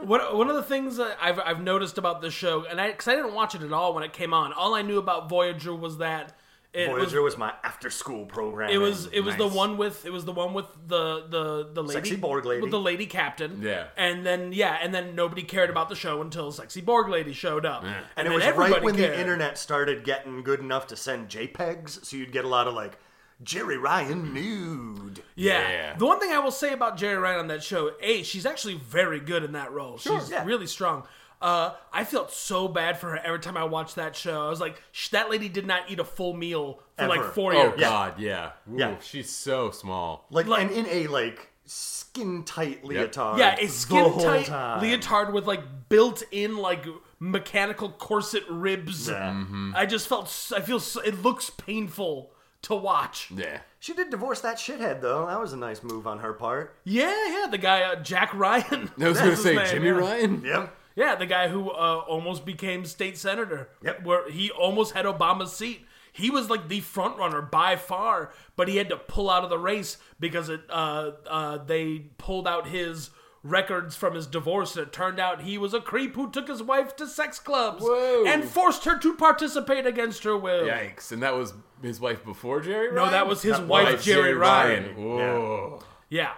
What, one of the things that I've, I've noticed about this show, and I because I didn't watch it at all when it came on. All I knew about Voyager was that it was Voyager was, my after-school program. It was it was the Nice. one with it was the one with the the the lady Sexy Borg lady. with the lady captain. Yeah. and then yeah, and then nobody cared about the show until sexy Borg lady showed up, And it then was right everybody when cared. the internet started getting good enough to send JPEGs, so you'd get a lot of like Jerry Ryan nude. Yeah. Yeah. the one thing I will say about Jerry Ryan on that show, a she's actually very good in that role. she's yeah. really strong. Uh, I felt so bad for her every time I watched that show. I was like, Shh, that lady did not eat a full meal for like Ever. four Oh years. God, yeah, Ooh, Yeah. She's so small. Like, and in a like skin tight leotard. Yeah, a the skin whole tight time. leotard with like built in like mechanical corset ribs. Yeah. Mm-hmm. I just felt s- I feel s- it looks painful to watch. Yeah, She did divorce that shithead though. That was a nice move on her part. Yeah, yeah, the guy uh, Jack Ryan. I was That's gonna his say name, Jimmy yeah. Ryan. Yep. Yeah, the guy who uh, almost became state senator. Yep. Where he almost had Obama's seat. He was like the front runner by far, but he had to pull out of the race because it uh, uh, they pulled out his records from his divorce, and it turned out he was a creep who took his wife to sex clubs Whoa. and forced her to participate against her will. Yikes! And that was his wife before Jerry. No, Ryan? that was his That wife, Wife, Jerry, Ryan. Whoa. Yeah.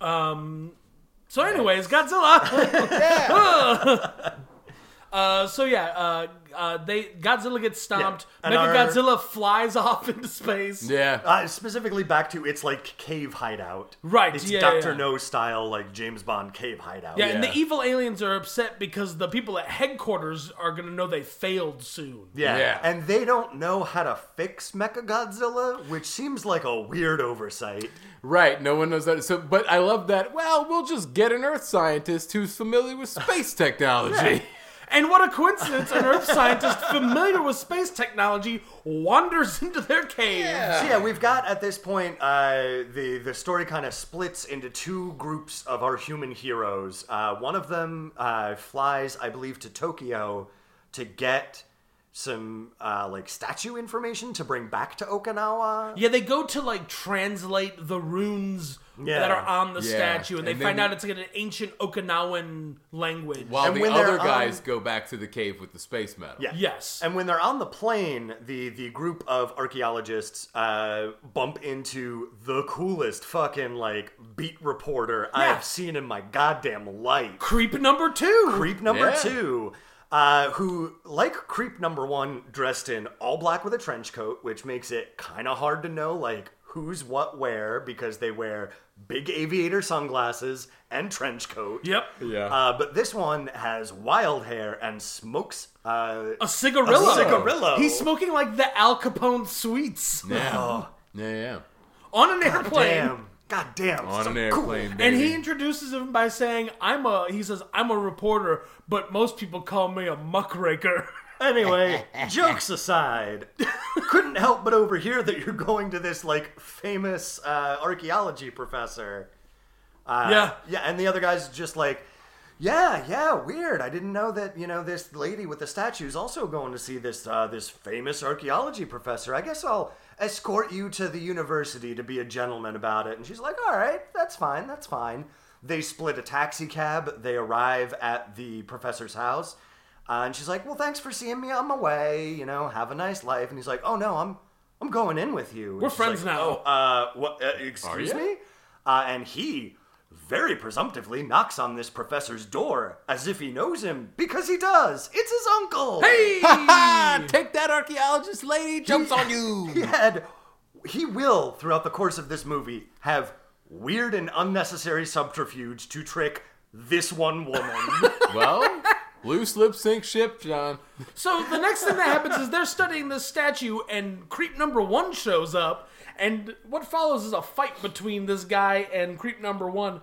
Um. So, anyways, Godzilla. uh. So yeah. Uh. Uh. They Godzilla gets stomped. Yeah, and Mega our- Godzilla flies off into space. Yeah. Uh, specifically back to it's like cave hideout. Right, It's yeah, Doctor yeah. No style like James Bond cave hideout. Yeah, and Yeah. the evil aliens are upset because the people at headquarters are gonna know they failed soon. Yeah. Yeah. And they don't know how to fix Mechagodzilla, which seems like a weird oversight. Right, no one knows that. So, but I love that. Well, we'll just get an Earth scientist who's familiar with space technology. And what a coincidence! An Earth scientist familiar with space technology wanders into their cave. So yeah, we've got at this point uh, the the story kind of splits into two groups of our human heroes. Uh, one of them uh, flies, I believe, to Tokyo to get some uh, like statue information to bring back to Okinawa. Yeah, they go to like translate the runes Yeah. that are on the Yeah. statue, and they And find then- out it's like an ancient Okinawan language. While And the when they're other on- guys go back to the cave with the space metal. Yeah. Yes. And when they're on the plane, the the group of archaeologists uh, bump into the coolest fucking like beat reporter Yeah. I've seen in my goddamn life. Creep number two. creep number Yeah. two, uh, who, like creep number one, dressed in all black with a trench coat, which makes it kind of hard to know, like, who's what where, because they wear big aviator sunglasses and trench coat. Yep. Yeah. Uh, but this one has wild hair and smokes. Uh, A cigarillo. A cigarillo. He's smoking like the Al Capone sweets Yeah. yeah, yeah. on an airplane. damn. God damn. On so an cool. airplane, And baby. he introduces him by saying, "I'm a." He says, "I'm a reporter, but most people call me a muckraker." Anyway, jokes aside, couldn't help but overhear that you're going to this like famous uh, archaeology professor. Uh, Ah. Yeah. yeah, and the other guy's just like, yeah, yeah, weird. I didn't know that. You know, this lady with the statue is also going to see this uh, this famous archaeology professor. I guess I'll escort you to the university to be a gentleman about it. And she's like, all right, that's fine, that's fine. They split a taxi cab. They arrive at the professor's house, uh, and she's like, well, thanks for seeing me on my way. You know, have a nice life. And he's like, oh no, I'm I'm going in with you. We're friends now. Oh, uh, what? Uh, excuse ya? me. uh, and he very presumptively knocks on this professor's door as if he knows him because he does. It's his uncle. Hey! Ah, take that archaeologist lady jumps on you. He had, he will throughout the course of this movie have weird and unnecessary subterfuge to trick this one woman. well, loose lip sync ship, John. So the next thing that happens is they're studying this statue, and creep number one shows up, and what follows is a fight between this guy and creep number one,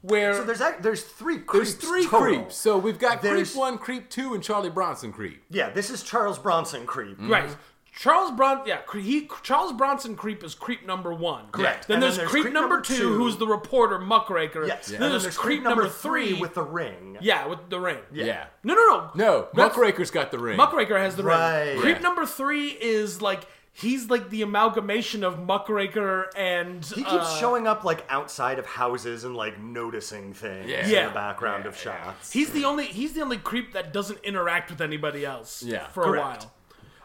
where so there's act- there's three creeps. There's three total. creeps. So we've got There's- creep one, creep two, and Charlie Bronson creep. Yeah, this is Charles Bronson creep. right. Charles Bron, yeah, cre- he Charles Bronson creep is creep number one. Correct. Then, And there's, creep, number two, who's the reporter muckraker. Yes. Then And there's, creep, number three with the ring. yeah with the ring. Yeah. No, no, no. No, That's- Muckraker's got the ring. Muckraker has the Right. ring. Creep Yeah. number three is like he's like the amalgamation of Muckraker and He keeps uh, showing up like outside of houses and like noticing things Yeah. in Yeah. the background of shots. He's the only he's the only creep that doesn't interact with anybody else. Yeah, for correct. a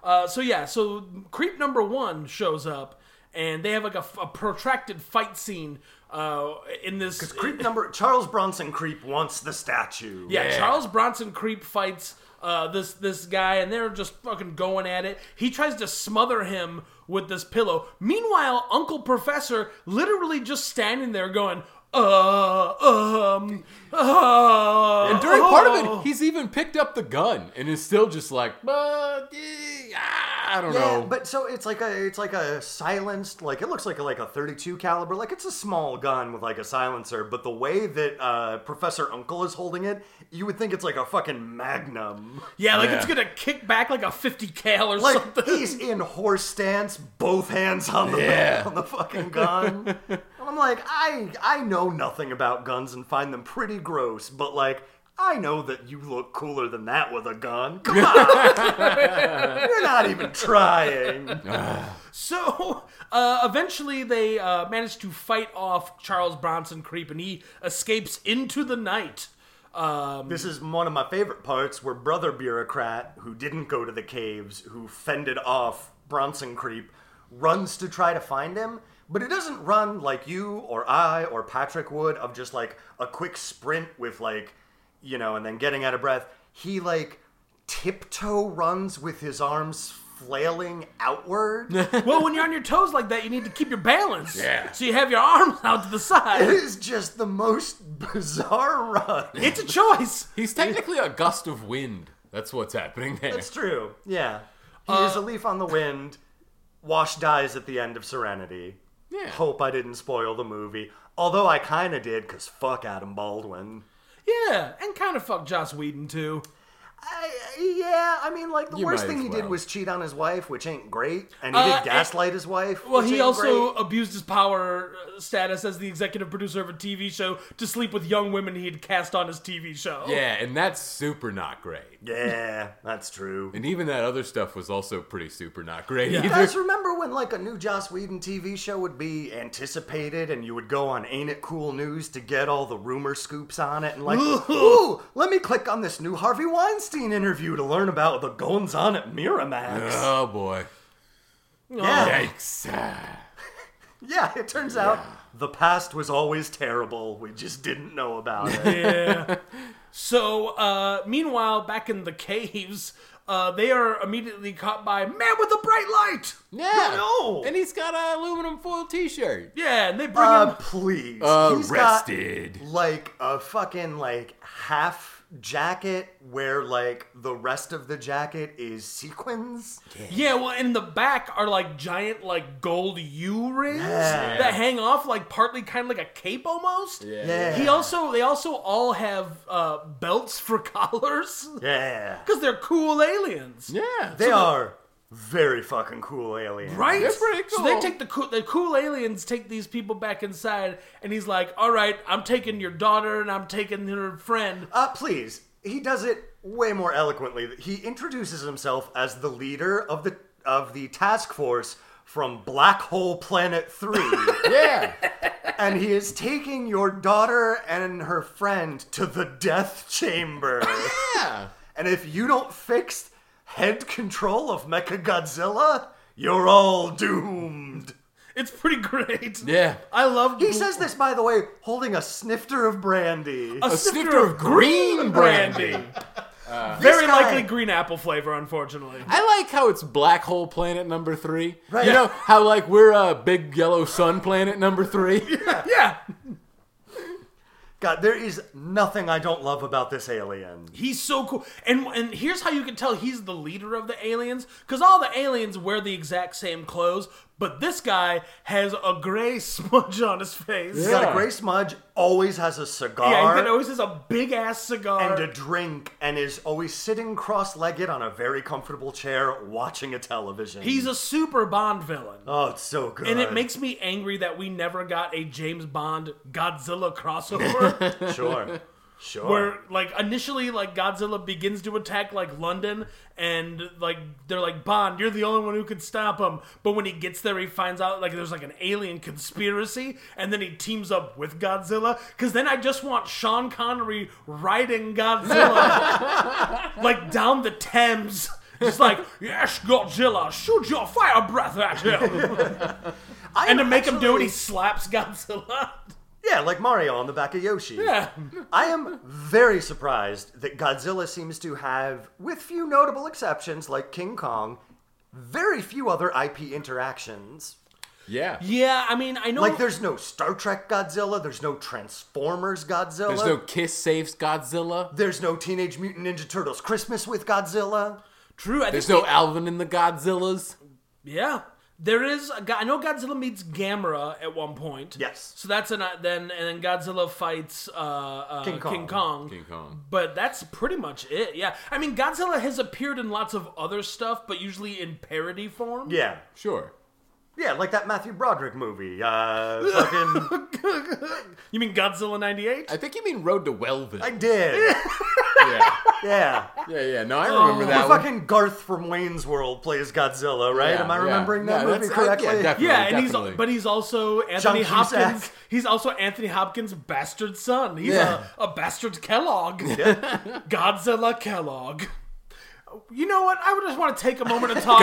while. Uh, so yeah, so creep number one shows up, and they have like a, a protracted fight scene uh, in this. Creep number Charles Bronson creep wants the statue. yeah, Yeah. Charles Bronson creep fights uh, this this guy, and they're just fucking going at it. He tries to smother him with this pillow. Meanwhile, Uncle Professor literally just standing there going. Uh, um, uh, And during part of oh." it, he's even picked up the gun and is still just like, "Uh, eh, ah, I don't Yeah, know. but so it's like a it's like a silenced like it looks like a, like a 32 caliber like it's a small gun with like a silencer but the way that uh, Professor Uncle is holding it you would think it's like a fucking Magnum Yeah, like Yeah. it's gonna kick back like a 50 cal or like something. he's in horse stance both hands on the Yeah. on the fucking gun and I'm like I I know nothing about guns and find them pretty gross but like I know that you look cooler than that with a gun come on you're not even trying. So uh, eventually they uh, manage to fight off Charles Bronson Creep, and he escapes into the night. Um, This is one of my favorite parts where brother bureaucrat who didn't go to the caves, who fended off Bronson Creep, runs to try to find him, but he doesn't run like you or I or Patrick would of just like a quick sprint with like, you know, and then getting out of breath. He like tiptoe runs with his arms flailing outward. well, when you're on your toes like that, you need to keep your balance. Yeah. So you have your arms out to the it side. is just the most bizarre run. It's a choice. he's technically a gust of wind. That's what's happening there. It's true. Uh, Yeah. He is a leaf on the wind. Wash dies at the end of Serenity. Yeah. Hope I didn't spoil the movie. Although I kind of did, because fuck Adam Baldwin. Yeah, and kind of fuck Joss Whedon too. I, yeah, I mean, like, the You worst might thing as he did well. was cheat on his wife, which ain't great. And he Uh, did gaslight his wife. Well, which he ain't also great. abused his power uh, status as the executive producer of a TV show to sleep with young women he had cast on his TV show. yeah, and that's super not great. Yeah, that's true. And even that other stuff was also pretty super not great Yeah. You either. guys remember when like a new Joss Whedon TV show would be anticipated, and you would go on Ain't It Cool News to get all the rumor scoops on it, and like, ooh, let me click on this new Harvey Weinstein interview to learn about the goings on at Miramax. Oh boy. Yeah, Yikes. Ah. yeah. It turns out the past was always terrible. We just didn't know about it. yeah. So, uh, meanwhile, back in the caves, uh, they are immediately caught by man with a bright light. Yeah. No. And he's got an aluminum foil t-shirt. Yeah, and they bring Uh, him. please. He's got- Arrested. like a fucking like half jacket where like the rest of the jacket is sequins. Yeah, well, in the back are like giant, like gold U rings Yeah. that hang off, like partly kind of like a cape almost. Yeah. Yeah. He also, they also all have uh, belts for collars Yeah. because they're cool aliens. Yeah. They are very fucking cool aliens. Right? They're pretty So cool. they take the cool, the cool aliens take these people back inside, and he's like, "All right, I'm taking your daughter, and I'm taking her friend." Uh, please. He does it way more eloquently. He introduces himself as the leader of the of the task force from Black Hole Planet 3 yeah. and he is taking your daughter and her friend to the death chamber. Yeah. And if you don't fix head control of Mechagodzilla, you're all doomed. It's pretty great. Yeah. I love. He says this, by the way, holding a snifter of brandy. a, snifter snifter of of green green brandy. Uh, This Very guy- likely green apple flavor, unfortunately. I like how it's black hole planet number three. Right. You know how like we're uh, big yellow sun planet number three. Uh, Yeah, God, there is nothing I don't love about this alien. he's so cool. And and here's how you can tell he's the leader of the aliens because all the aliens wear the exact same clothes, but this guy has a gray smudge on his face. He's got a gray smudge, always has a cigar. Yeah, he always has a big ass cigar. and a drink and is always sitting cross-legged on a very comfortable chair watching a television. he's a super Bond villain. oh, it's so good. and it makes me angry that we never got a James Bond Godzilla crossover. sure, sure. where like initially like Godzilla begins to attack like London and like they're like Bond, you're the only one who can stop him. But when he gets there, he finds out like there's like an alien conspiracy, and then he teams up with Godzilla. Because then I just want Sean Connery riding Godzilla like down the Thames. Just like, yes, Godzilla, shoot your fire breath at him. I And to am make him do it, he actually- slaps Godzilla. yeah, like Mario on the back of Yoshi. yeah. I am very surprised that Godzilla seems to have, with few notable exceptions like King Kong, very few other IP interactions. Yeah. Yeah, I mean, I know. Like, there's no Star Trek Godzilla, there's no Transformers Godzilla, There's no kiss saves Godzilla. there's no Teenage Mutant Ninja Turtles Christmas with Godzilla. true. I think There's no Alvin and the Godzillas. Yeah, there is. A, Go- I know Godzilla meets Gamera at one point. Yes. So that's an uh, then, and then Godzilla fights uh, uh, King King, Kong. Kong. King Kong. But that's pretty much it. Yeah, I mean Godzilla has appeared in lots of other stuff, but usually in parody form. Yeah. Sure. Yeah, like that Matthew Broderick movie. Uh, fucking, You mean Godzilla '98? I think you mean Road to Wellville. I did. yeah. Yeah, Yeah, yeah. No, I Oh, remember that one. fucking Garth from Wayne's World plays Godzilla, right? Yeah, Am I yeah. remembering that No, movie that's- uh, yeah, correctly? definitely. Yeah, and definitely. he's but he's also Anthony John Cusack. Hopkins. He's also Anthony Hopkins' bastard son. He's Yeah. a, a bastard Kellogg. Godzilla Kellogg. You know what? I would just want to take a moment to talk.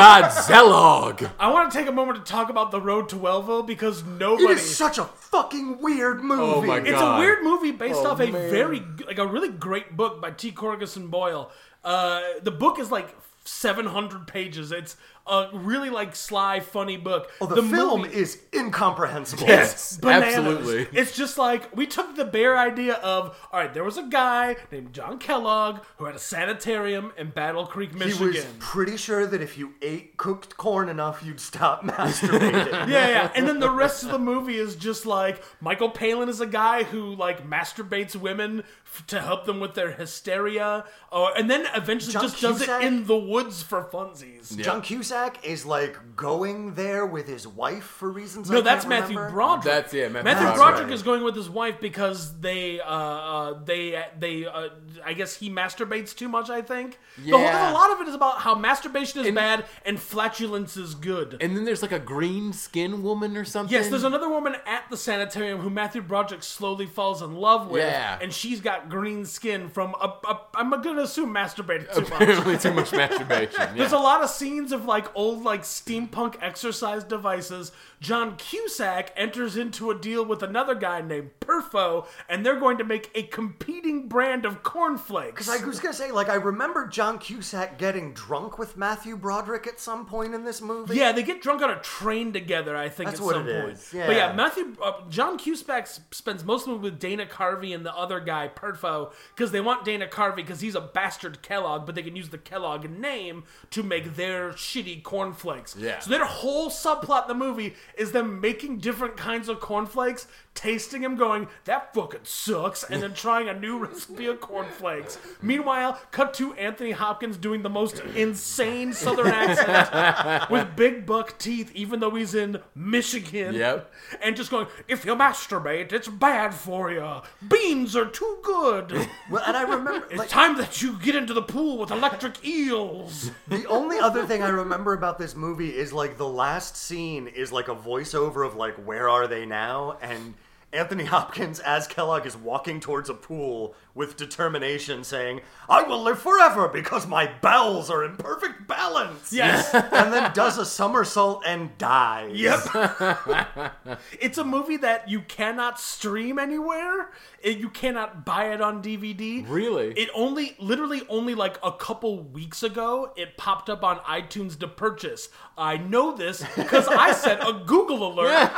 Godzellog. I want to take a moment to talk about The Road to Wellville because It nobody. is such a fucking weird movie. Oh my It's God. a weird movie based Oh, off a man. very like a really great book by T. Corgeson Boyle. Uh, the book is like 700 pages. It's a really like sly, funny book. Oh, the, film is incomprehensible. Yes. bananas. absolutely. It's just like we took the bare idea of all right, there was a guy named John Kellogg who had a sanitarium in Battle Creek, He Michigan. was pretty sure that if you ate cooked corn enough, you'd stop masturbating. yeah, yeah. And then the rest of the movie is just like Michael Palin is a guy who like masturbates women f- to help them with their hysteria, or and then eventually John just does Cusack? it in the woods for funsies. John Cusack is like going there with his wife for reasons. No, I that's can't Matthew remember. Broderick. That's yeah, Matthew, Matthew Broderick. Broderick right. is going with his wife because they, uh, uh, they, they, uh, I guess he masturbates too much. I think the Yeah. whole, a lot of it is about how masturbation is bad and flatulence is good. And then there's like a green skin woman or something. Yes, there's another woman at the sanitarium who Matthew Broderick slowly falls in love with, Yeah. and she's got green skin from a, a, I'm gonna assume masturbated too much. apparently too much masturbation. There's a Yeah. lot of scenes of like old like steampunk exercise devices. John Cusack enters into a deal with another guy named Perfo, and they're going to make a competing brand of cornflakes. I was gonna say, like, I remember John Cusack getting drunk with Matthew Broderick at some point in this movie. Yeah, they get drunk on a train together. I think That's at what some it point. is, But yeah. yeah, Matthew uh, John Cusack s- spends most of it with Dana Carvey and the other guy Perfo because they want Dana Carvey because he's a bastard Kellogg, but they can use the Kellogg name to make their shitty cornflakes. Yeah. So their whole subplot in the movie is them making different kinds of cornflakes, tasting them, going that fucking sucks, and then trying a new recipe of cornflakes. Meanwhile, cut to Anthony Hopkins doing the most insane Southern accent with big buck teeth, even though he's in Michigan. Yep. And just going, if you masturbate, it's bad for you. Beans are too good. Well, and I remember It's like, time that you get into the pool with electric eels. The only other thing I remember about this movie is like the last scene is like a voiceover of like where are they now and Anthony Hopkins as Kellogg is walking towards a pool with determination, saying, "I will live forever because my bowels are in perfect balance." Yes. and then does a somersault and dies. Yep. it's a movie that you cannot stream anywhere. It- you cannot buy it on DVD. Really? It only, literally, only like a couple weeks ago, it popped up on iTunes to purchase. I know this because I set a Google alert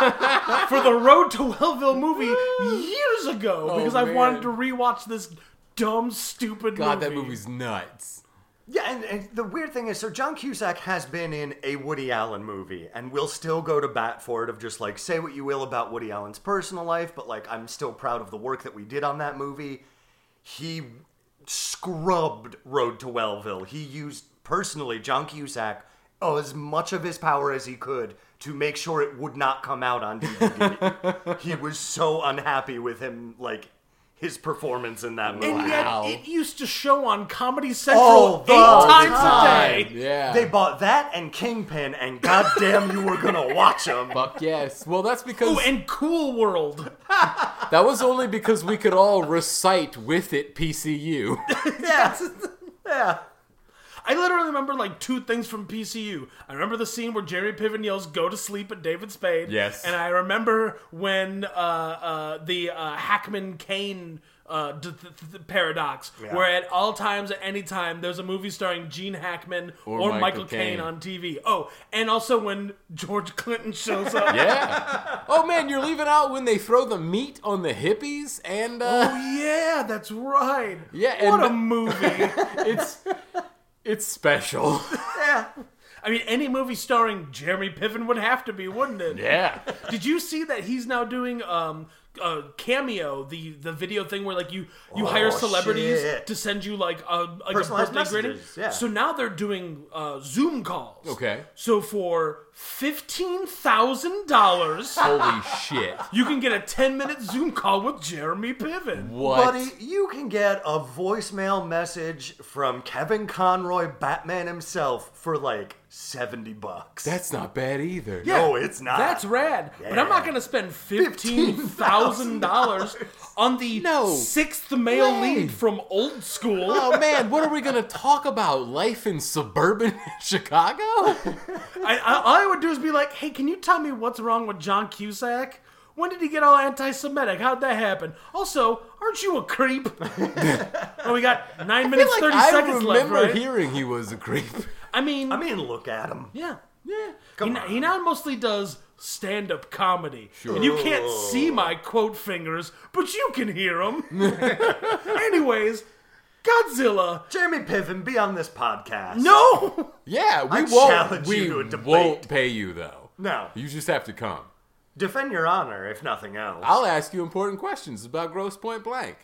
for the Road to Wellville movie years ago because I Oh, man. wanted to rewatch this dumb, stupid God, movie. that movie's nuts. Yeah, and, and the weird thing is, so John Cusack has been in a Woody Allen movie, and we'll still go to bat for it of just like say what you will about Woody Allen's personal life, but like I'm still proud of the work that we did on that movie. He scrubbed Road to Wellville. He used personally John Cusack as much of his power as he could to make sure it would not come out on DVD. he was so unhappy with him, like his performance in that movie. And Wow. yet, it used to show on Comedy All Central the eight times a time. day. Yeah. They bought that and Kingpin, and goddamn, you were gonna watch them. Fuck yes. Well, that's because Ooh, and Cool World. that was only because we could all recite with it PCU. Yeah, yeah. I literally remember like two things from PCU. I remember the scene where Jerry Piven yells "Go to sleep" at David Spade. Yes. and I remember when uh, uh, the uh, Hackman Kane. Uh, d- th- th- th- paradox, Yeah. where at all times, at any time, there's a movie starring Gene Hackman or, Michael, Caine on TV. Oh, and also when George Clinton shows up. Yeah. Oh man, you're leaving out when they throw the meat on the hippies and uh, Oh, yeah, that's right. Yeah, what and- a movie. it's it's special. I mean, any movie starring Jeremy Piven would have to be, wouldn't it? Yeah. Did you see that he's now doing um uh cameo the the video thing where like you you hire celebrities Oh, shit. to send you like a like a Personalized birthday greeting? messages, yeah. So now they're doing uh, Zoom calls. Okay. So for fifteen thousand dollars, Holy shit. you can get a ten minute Zoom call with Jeremy Piven. What? Buddy, you can get a voicemail message from Kevin Conroy, Batman himself, for like seventy bucks. That's not bad either. Yeah, No, it's not. That's rad. But I'm not Yeah. going to spend $15,000 on the No sixth male way. lead from old school. Oh man, what are we gonna talk about? Life in suburban Chicago? I, I, all I would do is be like, hey, can you tell me what's wrong with John Cusack? When did he get all anti-Semitic? How'd that happen? Also, aren't you a creep? well, we got nine I, minutes, feel like thirty I seconds left, remember right? hearing he was a creep. I mean, I mean, look at him. yeah, Yeah. he, n- he now mostly does stand-up comedy. And you can't see my quote fingers, but you can hear them. Anyways, Godzilla. Jeremy Piven, be on this podcast. No, Yeah, we I won't challenge we you to a debate. won't pay you though. no. You just have to come. Defend your honor, if nothing else. I'll ask you important questions about Gross Point Blank.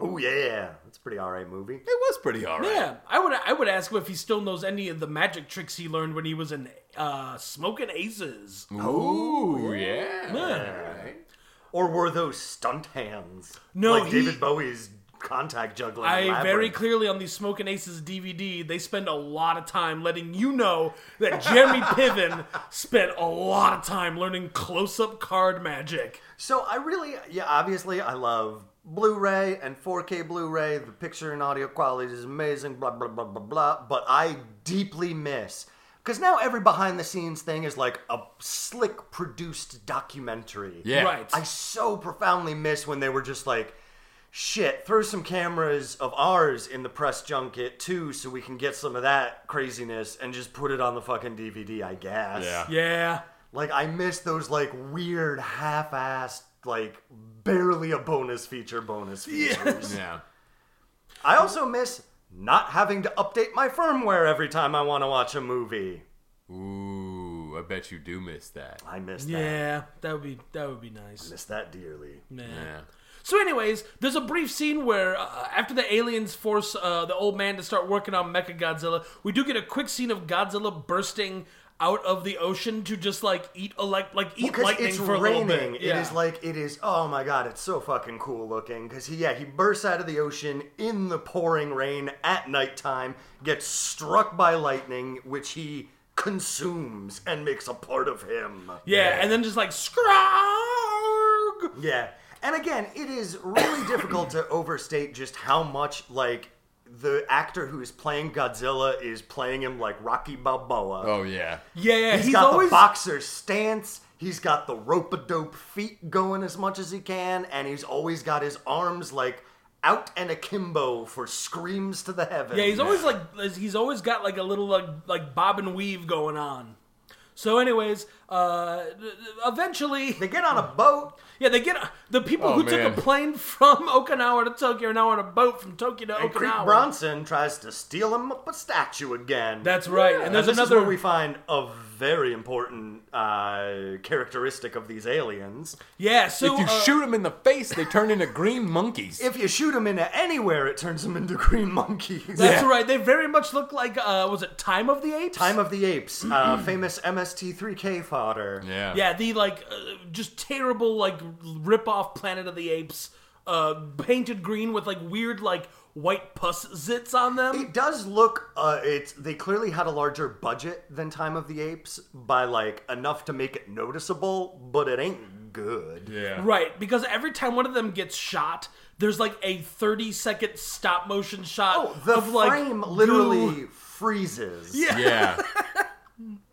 oh yeah, that's a pretty alright movie. It was pretty alright. yeah, I would I would ask him if he still knows any of the magic tricks he learned when he was in uh, Smoking Aces. Ooh, yeah. Or were those stunt hands? No, like he- David Bowie's contact juggling. I very labyrinth. clearly on the Smoking Aces DVD, they spend a lot of time letting you know that Jeremy Piven spent a lot of time learning close-up card magic. So I really, yeah, obviously I love Blu-ray and 4K Blu-ray. The picture and audio quality is amazing. Blah blah blah blah blah. But I deeply miss because now every behind-the-scenes thing is like a slick produced documentary. Yeah. Right. I so profoundly miss when they were just like, shit, throw some cameras of ours in the press junket too, so we can get some of that craziness and just put it on the fucking DVD, I guess. Yeah. yeah. Like, I miss those, like, weird, half assed, like, barely a bonus feature bonus features. Yeah. I also miss not having to update my firmware every time I want to watch a movie. Ooh, I bet you do miss that. I miss that. Yeah, that would be that would be nice. Miss that dearly. Man. Yeah. So, anyways, there's a brief scene where uh, after the aliens force uh, the old man to start working on Mecha Godzilla, we do get a quick scene of Godzilla bursting out of the ocean to just like eat elect like eat Because lightning it's for a little bit. raining. It Yeah. is like it is. Oh my god, it's so fucking cool looking. Because he, yeah, he bursts out of the ocean in the pouring rain at nighttime, gets struck by lightning, which he consumes and makes a part of him. Yeah, and then just like scrawk Arg! Yeah. And again, it is really difficult to overstate just how much like the actor who is playing Godzilla is playing him like Rocky Balboa. Oh yeah. Yeah, yeah, he's, he's got always the boxer stance. He's got the rope a dope feet going as much as he can, and he's always got his arms like out and akimbo for screams to the heavens. yeah, he's always like he's always got like a little like like bob and weave going on. So, anyways, uh, eventually, They get on a boat. yeah, they get the people Oh, who man. took a plane from Okinawa to Tokyo are now on a boat from Tokyo to And Creep Okinawa. Bronson tries to steal him up a statue again. That's right, and there's this is another where we find a very important uh, characteristic of these aliens. yeah. So If you uh, shoot them in the face, they turn into green monkeys. If you shoot them into anywhere, it turns them into green monkeys. That's Yeah. right. They very much look like uh, was it Time of the Apes? Time of the Apes, uh, famous MST3K fodder. yeah. yeah, the like uh, just terrible like rip off Planet of the Apes, uh, painted green with like weird like white pus zits on them. It does look. Uh, it's they clearly had a larger budget than Time of the Apes by like enough to make it noticeable, but it ain't good. Yeah. Right, because every time one of them gets shot, there's like a 30 second stop motion shot Oh, the of like frame goo. literally freezes. Yeah. Yeah.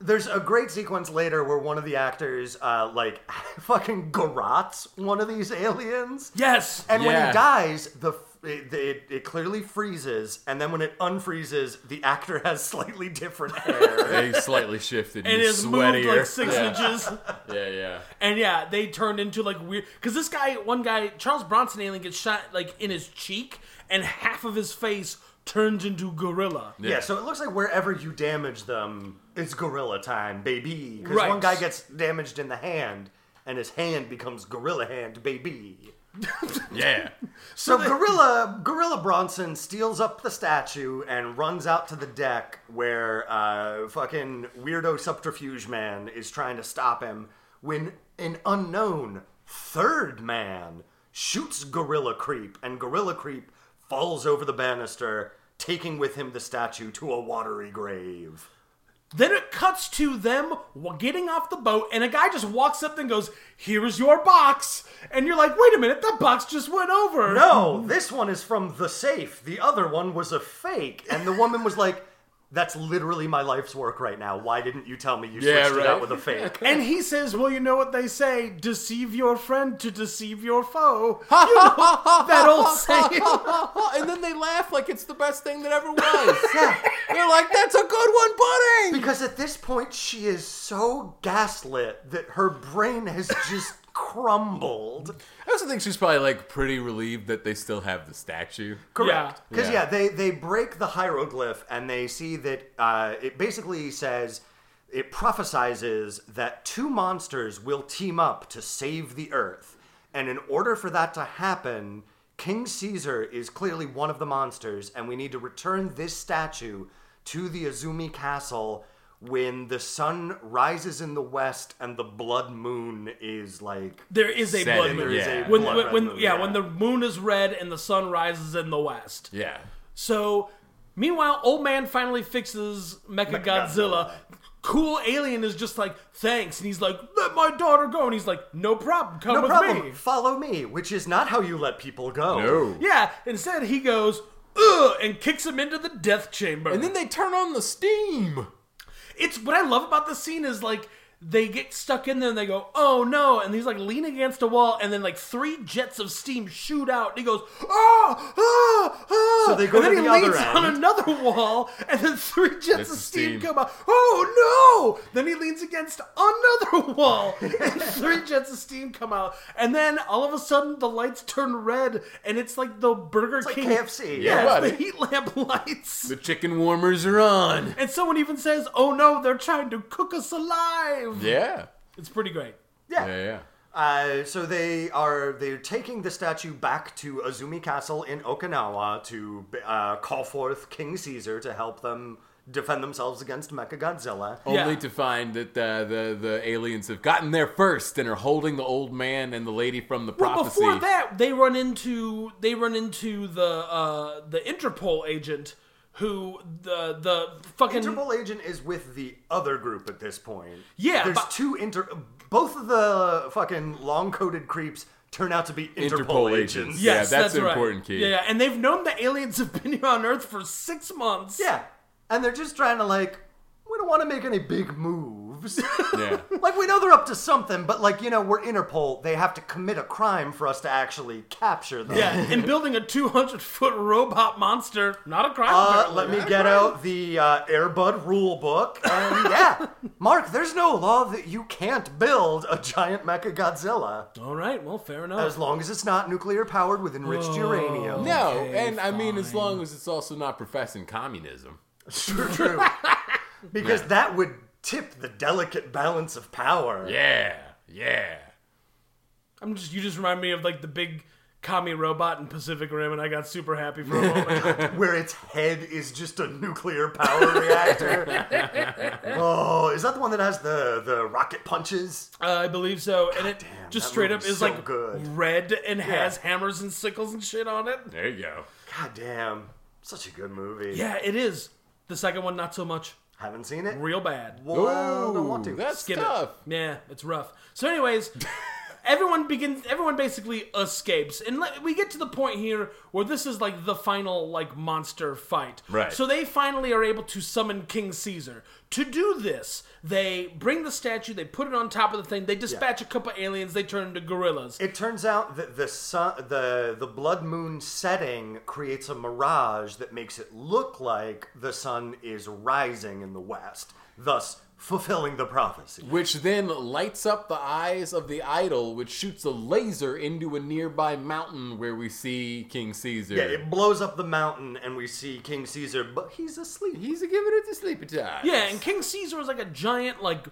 There's a great sequence later where one of the actors, uh, like, fucking garrots one of these aliens. Yes. And when Yeah. he dies, the f- it, it, it clearly freezes, and then when it unfreezes, the actor has slightly different hair. They slightly shifted. And you it is moved sweatier. like six yeah. inches. Yeah, yeah. And yeah, they turned into like weird. Because this guy, one guy, Charles Bronson alien gets shot like in his cheek, and half of his face turns into gorilla. yeah. so it looks like wherever you damage them, it's gorilla time, baby. Because Right. one guy gets damaged in the hand, and his hand becomes gorilla hand, baby. Yeah. So, gorilla gorilla Bronson steals up the statue and runs out to the deck where uh, fucking weirdo subterfuge man is trying to stop him when an unknown third man shoots gorilla creep and gorilla creep falls over the banister taking with him the statue to a watery grave. Then it cuts to them wa- getting off the boat, and a guy just walks up and goes, "Here is your box," and you're like, "Wait a minute, that box just went over." Oh. No, this one is from the safe. The other one was a fake and the woman was like that's literally my life's work right now. Why didn't you tell me you Yeah, switched it right. out with a fake? And he says, "Well, you know what they say: deceive your friend to deceive your foe." You know, that old saying. and then they laugh like it's the best thing that ever was. Yeah, They're like, "That's a good one, pudding." because at this point she is so gaslit that her brain has just crumbled. I also think she's probably like pretty relieved that they still have the statue. Correct. Yeah. Because Yeah. yeah. they they break the hieroglyph and they see that uh, it basically says it prophesizes that two monsters will team up to save the earth, and in order for that to happen. King Caesar is clearly one of the monsters, and we need to return this statue to the Azumi Castle when the sun rises in the west and the blood moon is like There is a Said blood it, moon. yeah. When, Blood when, red when- moon, yeah, yeah. when the moon is red and the sun rises in the west. Yeah. So, meanwhile, old man finally fixes Mecha Godzilla. Cool alien is just like, thanks. And he's like, let my daughter go. And he's like, no problem. Come no with problem. me. Follow me, which is not how you let people go. No. Yeah. Instead, he goes, ugh, and kicks him into the death chamber. And then they turn on the steam. it's what I love about the scene is like, they get stuck in there and they go, oh no. And he's like leaning against a wall. And then like three jets of steam shoot out. And he goes, ah, ah, ah. So they go and then to he the other leans on end. another wall. And then three jets That's of the steam, steam. come out. Oh no! Then he leans against another wall, and three jets of steam come out. And then all of a sudden, the lights turn red, and it's like the Burger like King KFC. Yeah, Yeah, it's the buddy. heat lamp lights. The chicken warmers are on. And someone even says, "Oh no, they're trying to cook us alive." Yeah. It's pretty great. Yeah, yeah. Uh, so they are they're taking the statue back to Azumi Castle in Okinawa to uh, call forth King Caesar to help them defend themselves against Mechagodzilla. Yeah. Only to find that uh, the the aliens have gotten there first and are holding the old man and the lady from the But prophecy. before that, they run into they run into the uh, the Interpol agent who the the fucking Interpol agent is with the other group at this point. Yeah, there's but- two inter. Both of the fucking long coated creeps turn out to be Interpol, Interpol agents. agents. Yeah. Yeah. Yes, that's right. important, Keith. Yeah, yeah, and they've known the aliens have been here on Earth for six months. and they're just trying to like, we don't want to make any big moves. Yeah. like we know they're up to something, but like you know we're Interpol. They have to commit a crime for us to actually capture them. yeah. And building a 200 foot robot monster, not a crime. Uh, apparently. let me get out the uh, Airbud rule book. And yeah, Mark, there's no law that you can't build a giant Mecha Godzilla All right. Well, fair enough. as long as it's not nuclear powered with enriched uranium. No, Okay, and I mean, as long as it's also not professing communism. Sure, true. Because that would tip the delicate balance of power. Yeah, yeah. I'm just. You just remind me of like the big commie robot in Pacific Rim, and I got super happy for a moment. Where its head is just a nuclear power reactor. oh, is that the one that has the, the rocket punches? uh, I believe so. And it damn, just that straight up movie's is so like good. red and has hammers and sickles and shit on it. There you go. God damn. Such a good movie. Yeah, it is. The second one, not so much. Haven't seen it? Real bad. Well, don't want to. That's Skip tough. it. Yeah, it's rough. So, anyways, everyone begins. Everyone basically escapes, and like, we get to the point here where this is like the final like monster fight. Right. So they finally are able to summon King Caesar. To do this, they bring the statue, they put it on top of the thing, they dispatch a couple aliens, they turn into gorillas. It turns out that the sun, the the blood moon setting creates a mirage that makes it look like the sun is rising in the west, thus fulfilling the prophecy. Which then lights up the eyes of the idol, which shoots a laser into a nearby mountain where we see King Caesar. Yeah, it blows up the mountain, and we see King Caesar, but he's asleep. He's a giving it to sleepy time. yeah, and King Caesar is like a giant like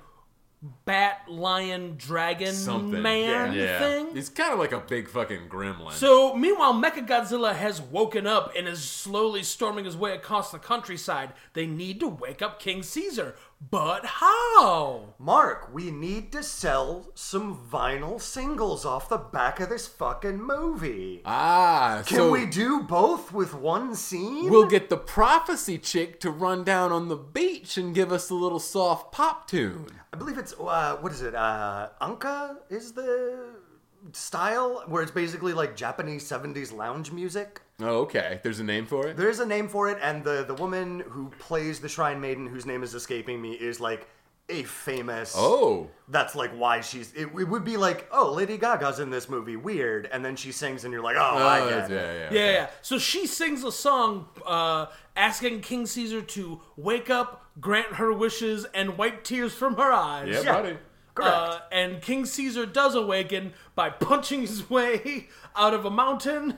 bat, lion, dragon something man yeah. thing. It's kind of like a big fucking gremlin. So, meanwhile, Mechagodzilla has woken up and is slowly storming his way across the countryside. They need to wake up King Caesar. But how? Mark, we need to sell some vinyl singles off the back of this fucking movie. ah, Can so we do both with one scene? we'll get the prophecy chick to run down on the beach and give us a little soft pop tune. I believe it's uh, what is it? Uh, Anka is the style where it's basically like Japanese '70s lounge music. Oh, okay. There's a name for it. There is a name for it, and the the woman who plays the shrine maiden, whose name is escaping me, is like a famous. Oh, That's like why she's. It, it would be like, oh, Lady Gaga's in this movie, weird, and then she sings, and you're like, oh, I Oh, get it. yeah, yeah, Yeah, yeah. So she sings a song uh, asking King Caesar to wake up, grant her wishes, and wipe tears from her eyes. Yeah, Yeah. buddy. Correct. Uh, and King Caesar does awaken by punching his way out of a mountain,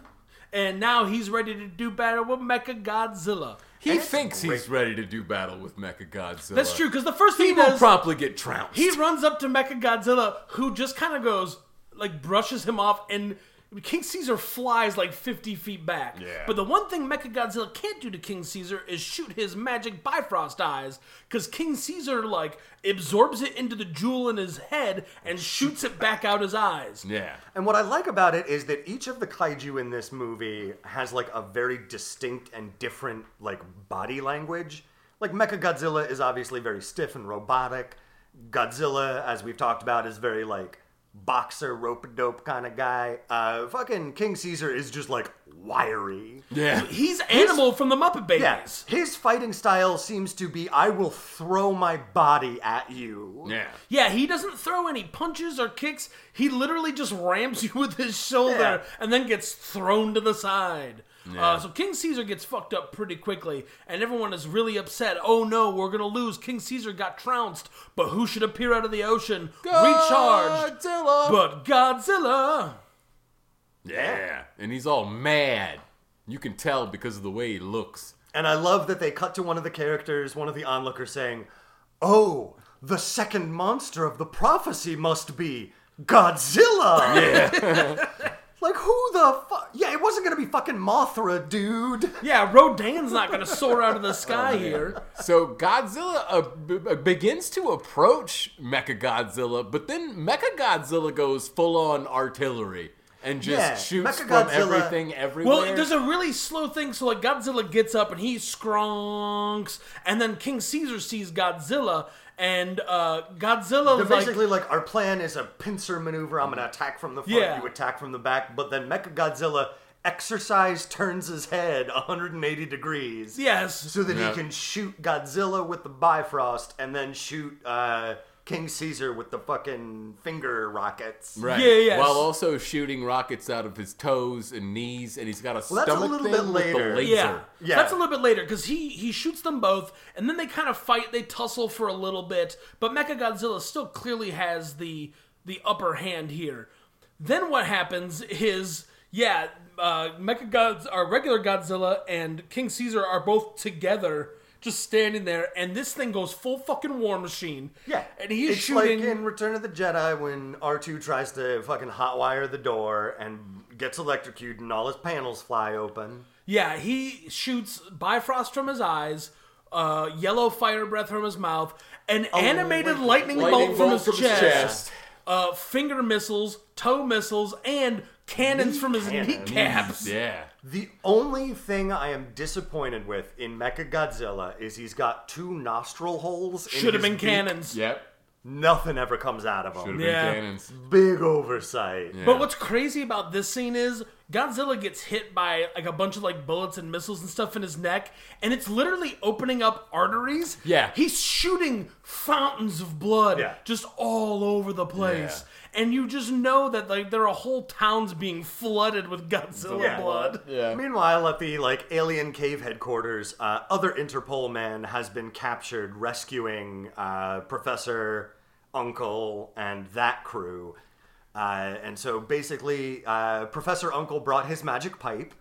and now he's ready to do battle with Mechagodzilla. He thinks he's ready to do battle with Mecha Godzilla. That's true, because the first thing He he will does, promptly get trounced. he runs up to Mechagodzilla, who just kind of goes, like, brushes him off, and King Caesar flies like 50 feet back. Yeah. But the one thing Mechagodzilla can't do to King Caesar is shoot his magic Bifrost eyes, because King Caesar, like, absorbs it into the jewel in his head and shoots it back out his eyes. yeah. And what I like about it is that each of the kaiju in this movie has like a very distinct and different like body language. Like Mechagodzilla is obviously very stiff and robotic. Godzilla, as we've talked about, is very like boxer, rope a dope kind of guy. Uh, fucking King Caesar is just like wiry. Yeah. He's Animal from the Muppet Babies. Yeah, his fighting style seems to be I will throw my body at you. Yeah. Yeah, he doesn't throw any punches or kicks. He literally just rams you with his shoulder Yeah. and then gets thrown to the side. Uh, so King Caesar gets fucked up pretty quickly, and everyone is really upset. Oh no, we're gonna lose. King Caesar got trounced, but who should appear out of the ocean? Recharged, Godzilla. but Godzilla. yeah. And he's all mad. You can tell because of the way he looks. And I love that they cut to one of the characters, one of the onlookers saying, Oh, the second monster of the prophecy must be Godzilla! Yeah. like, who the fuck? Yeah, it wasn't gonna be fucking Mothra, dude. Yeah, Rodan's not gonna soar out of the Oh, sky here. So Godzilla uh, b- b- begins to approach Mechagodzilla, but then Mechagodzilla goes full on artillery. and just Yeah, shoots Mecha from Godzilla- everything everywhere. Well, there's a really slow thing. So like Godzilla gets up and he scronks, and then King Caesar sees Godzilla, and uh, Godzilla They're like basically like, our plan is a pincer maneuver. I'm gonna attack from the front, Yeah. you attack from the back, but then Mechagodzilla exercise turns his head 180 degrees yes, so that Yeah. he can shoot Godzilla with the Bifrost and then shoot uh, King Caesar with the fucking finger rockets. Right. Yeah, yes. While also shooting rockets out of his toes and knees, and he's got a Well, that's a stomach little thing bit with later. the laser. yeah, Yeah. That's a little bit later because he he shoots them both, and then they kind of fight. They tussle for a little bit, but Mechagodzilla still clearly has the the upper hand here. Then what happens is yeah, uh, Mechagods or regular Godzilla and King Caesar are both together. Just standing there, and this thing goes full fucking war machine. Yeah, and he's it's shooting. like in Return of the Jedi when R two tries to fucking hotwire the door and gets electrocuted and all his panels fly open. Yeah, he shoots Bifrost from his eyes, uh, yellow fire breath from his mouth, an animated wait, lightning, Oh, Lightning bolt from, bolt his, from his chest, chest. Uh, finger missiles, toe missiles, and cannons from his Cannons. kneecaps. Yeah. The only thing I am disappointed with in Mecha Godzilla is he's got two nostril holes. in Should have his been beak. cannons. Yep. Nothing ever comes out of him. Should have Yeah. been cannons. Big oversight. But what's crazy about this scene is Godzilla gets hit by like a bunch of like bullets and missiles and stuff in his neck, and it's literally opening up arteries. Yeah. he's shooting fountains of blood Yeah. just all over the place, and you just know that like there are whole towns being flooded with Godzilla Yeah. blood. Yeah. Meanwhile, at the like alien cave headquarters, uh, other Interpol man has been captured, rescuing uh, Professor Uncle and that crew. Uh, and so basically, uh, Professor Uncle brought his magic pipe,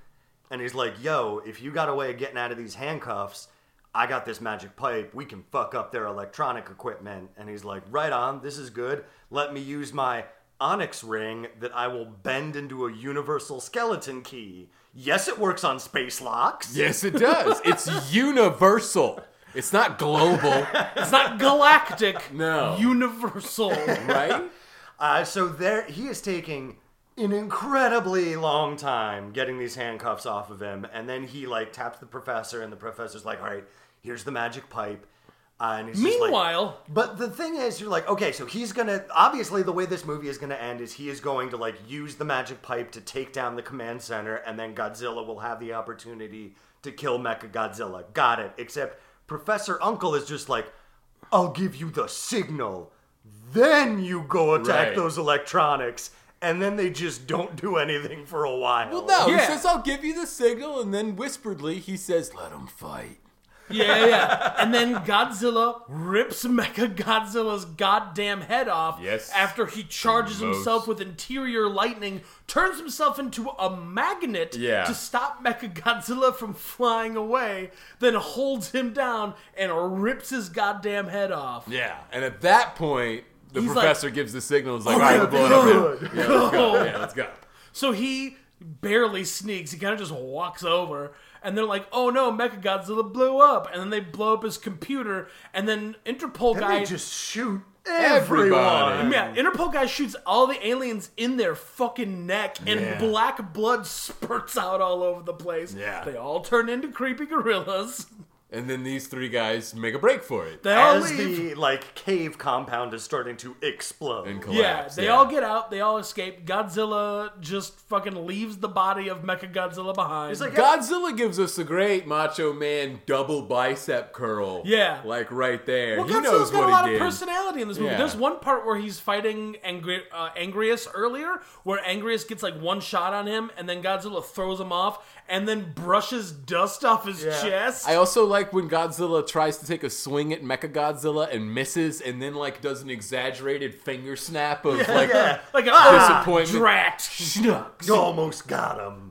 and he's like, "Yo, if you got a way of getting out of these handcuffs, I got this magic pipe. We can fuck up their electronic equipment." And he's like, "Right on. This is good. Let me use my onyx ring that I will bend into a universal skeleton key. Yes, it works on space locks. Yes, it does. It's universal. It's not global, It's not galactic, No. universal. right? Uh, so there, he is taking an incredibly long time getting these handcuffs off of him, and then he like taps the professor, and the professor's like, "All right, here's the magic pipe." Uh, and he's just like- Meanwhile, But the thing is, you're like, okay, so he's gonna. Obviously, the way this movie is gonna end is he is going to like use the magic pipe to take down the command center, and then Godzilla will have the opportunity to kill Mecha Godzilla. Got it. Except Professor Uncle is just like, I'll give you the signal, then you go attack Right. those electronics, and then they just don't do anything for a while. Well, no. Yeah. He says, I'll give you the signal. And then whisperedly, he says, let him fight. Yeah, yeah. and then Godzilla rips Mecha Godzilla's goddamn head off. Yes. After he charges Most. himself with interior lightning, turns himself into a magnet Yeah. to stop Mecha Godzilla from flying away, then holds him down and rips his goddamn head off. Yeah. And at that point, the He's like, "Oh, professor gives the signal. He's like, all my right, we're blowing up. God. here. Yeah, let's go. Yeah, let's go. So he barely sneaks. He kind of just walks over, and they're like, "Oh no, Mecha Godzilla blew up!" And then they blow up his computer, and then Interpol And guy they just shoot Everybody. everyone. Yeah, Interpol guy shoots all the aliens in their fucking neck, and Yeah. black blood spurts out all over the place. Yeah. They all turn into creepy gorillas. And then these three guys make a break for it. They all As leave. the like cave compound is starting to explode. And yeah, collapse. they all get out. They all escape. Godzilla just fucking leaves the body of Mecha Godzilla behind. He's like, Godzilla gives us a great Macho Man double bicep curl. Yeah. Like right there. well, he Godzilla's knows got what a lot he of did. personality in this movie. Yeah. There's one part where he's fighting Angri- uh, Angrius earlier, where Angrius gets like one shot on him, and then Godzilla throws him off, and then brushes dust off his Yeah. chest. I also like when Godzilla tries to take a swing at Mecha Godzilla and misses, and then like does an exaggerated finger snap of like yeah. like ah, a Disappointment. Drat. schnucks. You almost got him.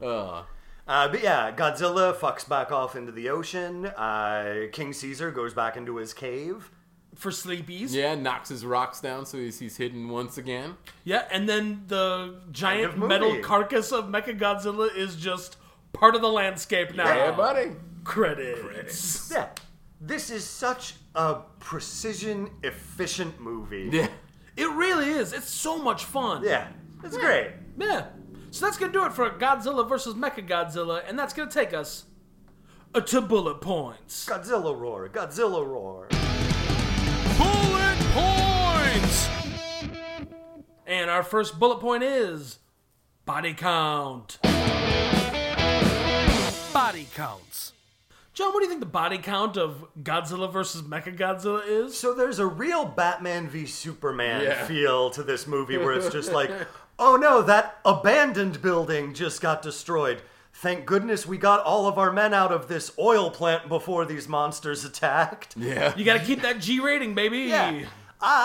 Uh, but yeah, Godzilla fucks back off into the ocean. Uh, King Caesar goes back into his cave. for sleepies. Yeah. Yeah, knocks his rocks down so he's, he's hidden once again. and then the giant End of metal movie. carcass of Mechagodzilla is just part of the landscape now. Yeah, buddy. Credits. Yeah. This is such a precision efficient movie. Yeah. It really is. It's so much fun. Yeah. It's great. Yeah. So that's gonna do it for Godzilla versus Mecha Godzilla, and that's gonna take us uh, to bullet points. Godzilla roar, Godzilla roar. Bullet points. And our first bullet point is body count. Body counts. John, what do you think the body count of Godzilla versus Mecha Godzilla is? So there's a real Batman v Superman Yeah. feel to this movie where it's just like, oh no, that abandoned building just got destroyed. Thank goodness we got all of our men out of this oil plant before these monsters attacked. Yeah. You gotta keep that G rating, baby. Yeah.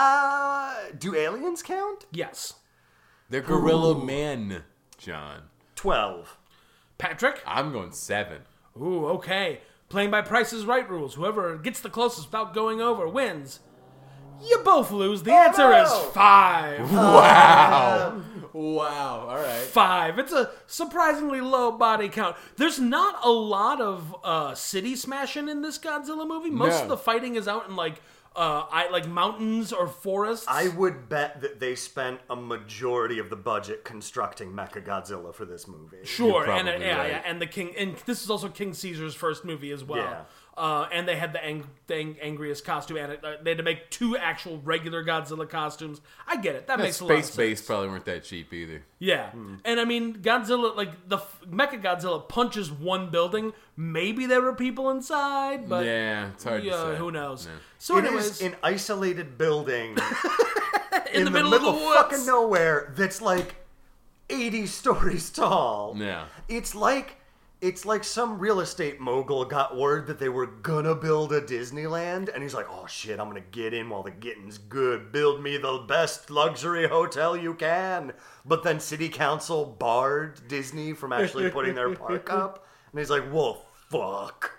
Uh, do aliens count? Yes. They're gorilla men, John. 12. Patrick? I'm going seven. Ooh, okay. Playing by Price is Right rules. Whoever gets the closest without going over wins. You both lose. The answer no. is five. Wow. wow. All right. five. It's a surprisingly low body count. There's not a lot of uh, city smashing in this Godzilla movie. Most No. of the fighting is out in like uh, I like mountains or forests. I would bet that they spent a majority of the budget constructing Mechagodzilla for this movie. sure, You're and uh, probably yeah, right. yeah, and the king, and this is also King Caesar's first movie as well. Yeah. Uh, and they had the, ang- the ang- angriest costume, and it, uh, they had to make two actual regular Godzilla costumes. I get it. That makes a lot of Space sense. base probably weren't that cheap either. Yeah, and I mean Godzilla, like the Mecha Godzilla punches one building. Maybe there were people inside, but yeah, it's hard yeah, to say. who knows? Yeah. So, It is anyways, in, an isolated building the, middle, of the fucking woods, nowhere that's like 80 stories tall. Yeah. It's like it's like some real estate mogul got word that they were gonna build a Disneyland and he's like, "Oh shit, I'm going to get in while the getting's good. Build me the best luxury hotel you can." But then city council barred Disney from actually putting their park up. And he's like, "Well, fuck."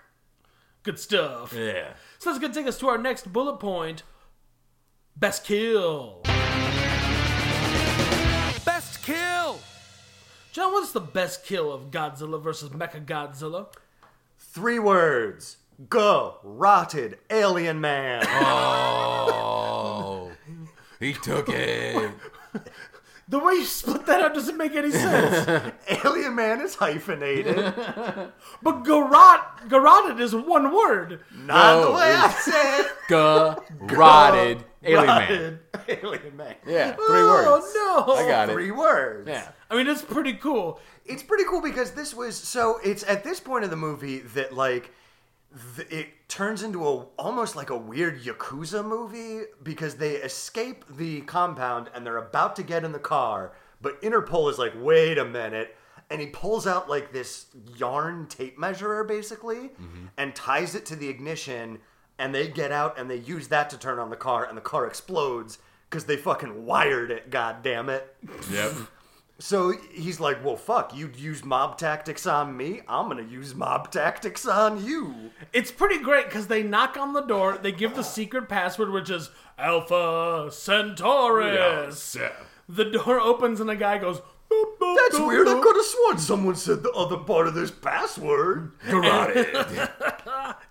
good stuff. Yeah. So that's gonna take us to our next bullet point: best kill. Best kill. John, what's the best kill of Godzilla versus Mecha Godzilla? Three words. Go, rotted alien man. Oh, he took it. The way you split that up doesn't make any sense. alien man is hyphenated. but garrot, garroted is one word. Not the No, way I it's- said it. Garroted alien man. Rotted alien man. Yeah, three words. oh no! I got Three it. words. Yeah. I mean, it's pretty cool. It's pretty cool because this was so it's at this point in the movie that like th- it turns into a almost like a weird yakuza movie because they escape the compound and they're about to get in the car, but Interpol is like, "Wait a minute." And he pulls out like this yarn tape measurer basically and ties it to the ignition and they get out and they use that to turn on the car and the car explodes cuz they fucking wired it, god damn it. Yep. So he's like, "Well, fuck! You'd use mob tactics on me. I'm gonna use mob tactics on you." It's pretty great because they knock on the door. They give the secret password, which is Alpha Centaurus. The door opens and a guy goes. "Boop, boop, That's boop, weird. I boop." could have sworn someone said the other part of this password. Garroted.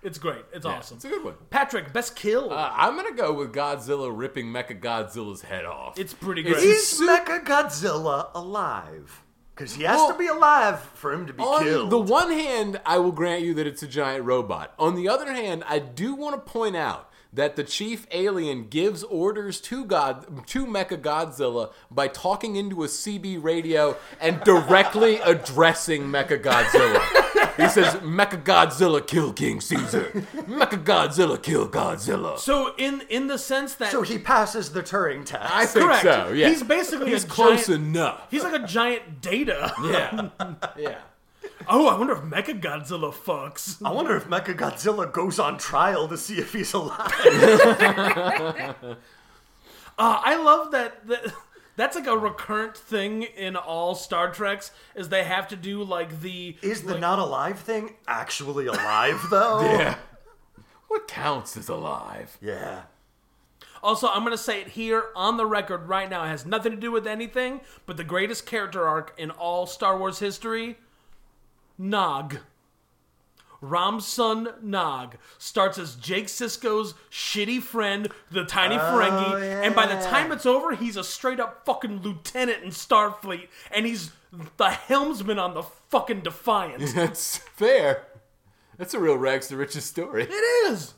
It's great. It's awesome. It's a good one. Patrick, best kill. Uh, I'm gonna go with Godzilla ripping Mecha Godzilla's head off. it's pretty great. It's- Is Mecha Godzilla alive? Because he has Well, to be alive for him to be on killed. the one hand, I will grant you that it's a giant robot. On the other hand, I do want to point out that the chief alien gives orders to God to Mecha Godzilla by talking into a CB radio and directly addressing Mecha Godzilla. he says, "Mecha Godzilla, kill King Caesar. Mecha Godzilla, kill Godzilla." so in in the sense that so he passes the Turing test. I think correct. so. Yeah, He's basically he's a close giant, enough. He's like a giant data. Yeah, yeah. oh, I wonder if Mecha Godzilla fucks. I wonder if Mecha Godzilla goes on trial to see if he's alive. Uh, I love that, that. That's like a recurrent thing in all Star Treks is they have to do like the Is the not alive thing actually alive though? Yeah. What counts as alive? Yeah. Also, I'm going to say it here on the record right now. It has nothing to do with anything, but the greatest character arc in all Star Wars history Nog. Rom's son Nog starts as Jake Sisko's shitty friend, the tiny Ferengi, and by the yeah. time it's over, he's a straight up fucking lieutenant in Starfleet, and he's the helmsman on the fucking Defiance. That's fair. That's a real rags to riches story. It is.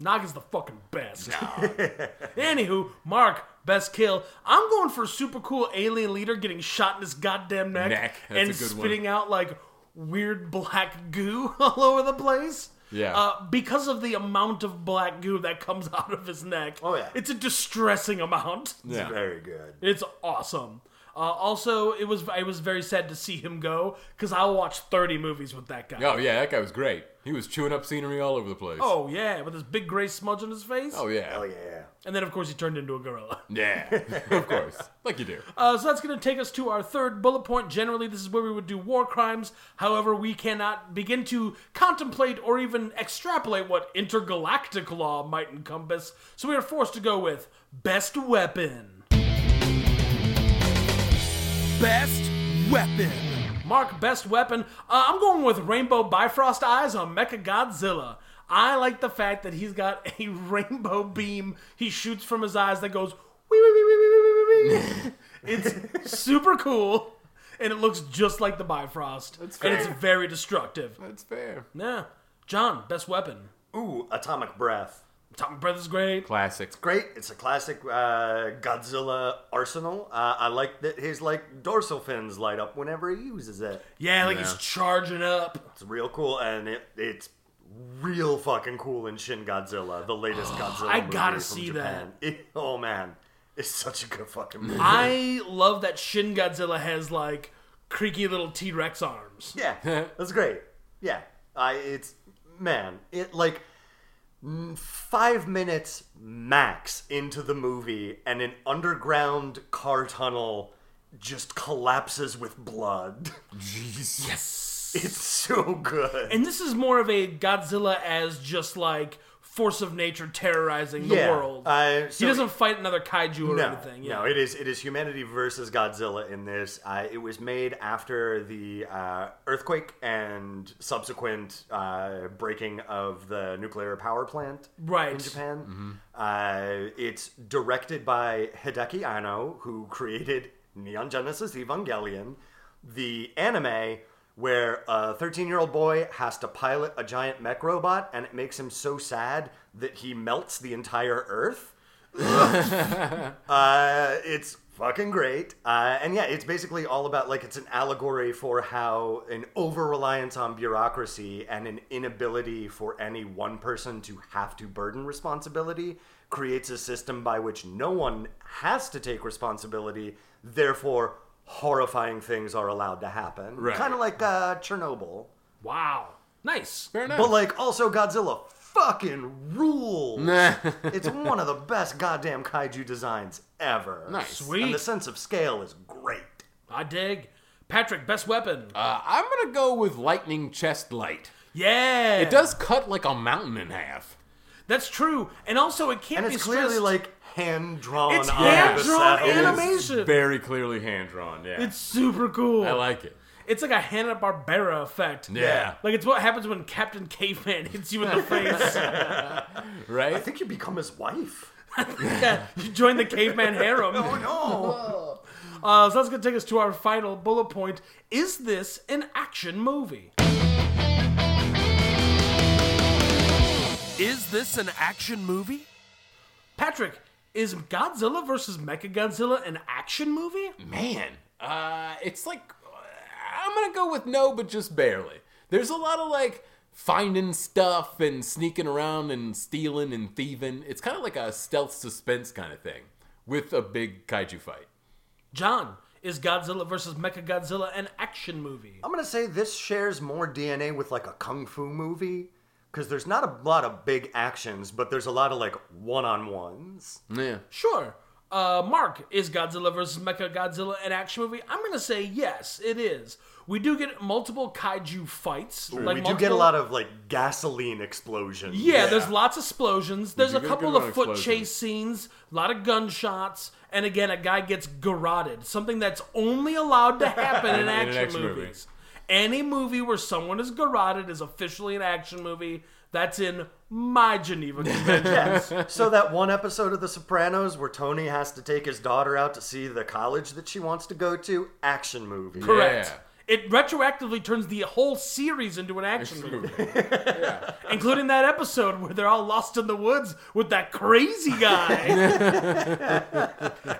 Naga's the fucking best. Anywho, Mark, best kill. I'm going for super cool alien leader getting shot in his goddamn neck, Neck. That's and a good one. spitting out like weird black goo all over the place. Yeah. Uh, because of the amount of black goo that comes out of his neck. Oh, yeah. It's a distressing amount. Yeah. Very good. It's awesome. Uh, also, it was I was very sad to see him go because I watched 30 movies with that guy. Oh yeah, that guy was great. He was chewing up scenery all over the place. Oh yeah, with his big gray smudge on his face. Oh yeah. Hell yeah. And then, of course, he turned into a gorilla. Yeah. of course. Like you do. Uh, so that's going to take us to our third bullet point. Generally, this is where we would do war crimes. However, we cannot begin to contemplate or even extrapolate what intergalactic law might encompass. So we are forced to go with best weapon. Best weapon. Mark, best weapon. Uh, I'm going with rainbow bifrost eyes on Mecha Godzilla. I like the fact that he's got a rainbow beam he shoots from his eyes that goes. wee, wee, wee, wee, wee, wee, wee, wee. it's super cool, and it looks just like the Bifrost, and it's fair. very destructive. That's fair. Yeah, John, best weapon. Oough, atomic breath. Tom Breath is great. Classic. Great. It's a classic uh, Godzilla arsenal. Uh, I like that his like dorsal fins light up whenever he uses it. Yeah, like he's Yeah. charging up. It's real cool, and it it's real fucking cool in Shin Godzilla, the latest Godzilla. I movie gotta from see Japan. It- oh man, it's such a good fucking movie. I love that Shin Godzilla has like creaky little T Rex arms. Yeah, that's great. Yeah, I it's man, it like mm, five minutes max into the movie, and an underground car tunnel just collapses with blood. Jeez. It's so good. And this is more of a Godzilla as just like force of nature terrorizing the Yeah, world. uh, he so- doesn't fight another kaiju or anything. Yeah. No, it is it is humanity versus Godzilla in this. Uh, it was made after the uh, earthquake and subsequent uh, breaking of the nuclear power plant Right. in Japan. Uh, it's directed by Hideki Anno, who created Neon Genesis Evangelion, the anime. Where a 13 year old boy has to pilot a giant mech robot, and it makes him so sad that he melts the entire Earth. Uh, it's fucking great. Uh, and yeah, it's basically all about like it's an allegory for how an over reliance on bureaucracy and an inability for any one person to have to burden responsibility creates a system by which no one has to take responsibility. Therefore, horrifying things are allowed to happen. Right. Kind of like uh, Chernobyl. Wow. Nice. Fair enough. But like also Godzilla fucking rules. Nah. it's one of the best goddamn kaiju designs ever. Nice. Sweet. And the sense of scale is great. I dig. Patrick, best weapon. Uh, I'm gonna go with lightning chest light. yeah. It does cut like a mountain in half. That's true. And also, it can't And be it's clearly stressed- like hand drawn. It's hand-drawn It is Animation. very clearly hand drawn. Yeah. It's super cool. I like it. It's like a Hanna Barbera effect. Yeah. Like it's what happens when Captain Caveman hits you in the face. Right. I think you become his wife. yeah, you join the caveman harem. Oh no! Uh, so that's gonna take us to our final bullet point. Is this an action movie? Is this an action movie? Patrick, is Godzilla versus Mechagodzilla an action movie? Man, uh, it's like I'm gonna go with no, but just barely. There's a lot of like finding stuff and sneaking around and stealing and thieving. It's kind of like a stealth suspense kind of thing with a big kaiju fight. John, is Godzilla versus Mechagodzilla an action movie? I'm gonna say this shares more DNA with like a kung fu movie because there's not a lot of big actions, but there's a lot of like one on ones. Yeah, Sure. Uh, Mark, is Godzilla vs. Mechagodzilla an action movie? I'm gonna say yes, it is. We do get multiple kaiju fights. we do get a lot of like gasoline explosions. Yeah, there's lots of explosions. There's do a get a couple of good amount of foot explosions. chase scenes, a lot of gunshots, and again, a guy gets garroted. Something that's only allowed to happen in, In an action action movie. movies. Any movie where someone is garroted is officially an action movie. That's in my Geneva Convention. Yes. so that one episode of The Sopranos where Tony has to take his daughter out to see the college that she wants to go to, action movie. Correct. Yeah. It retroactively turns the whole series into an action movie, yeah. including that episode where they're all lost in the woods with that crazy guy.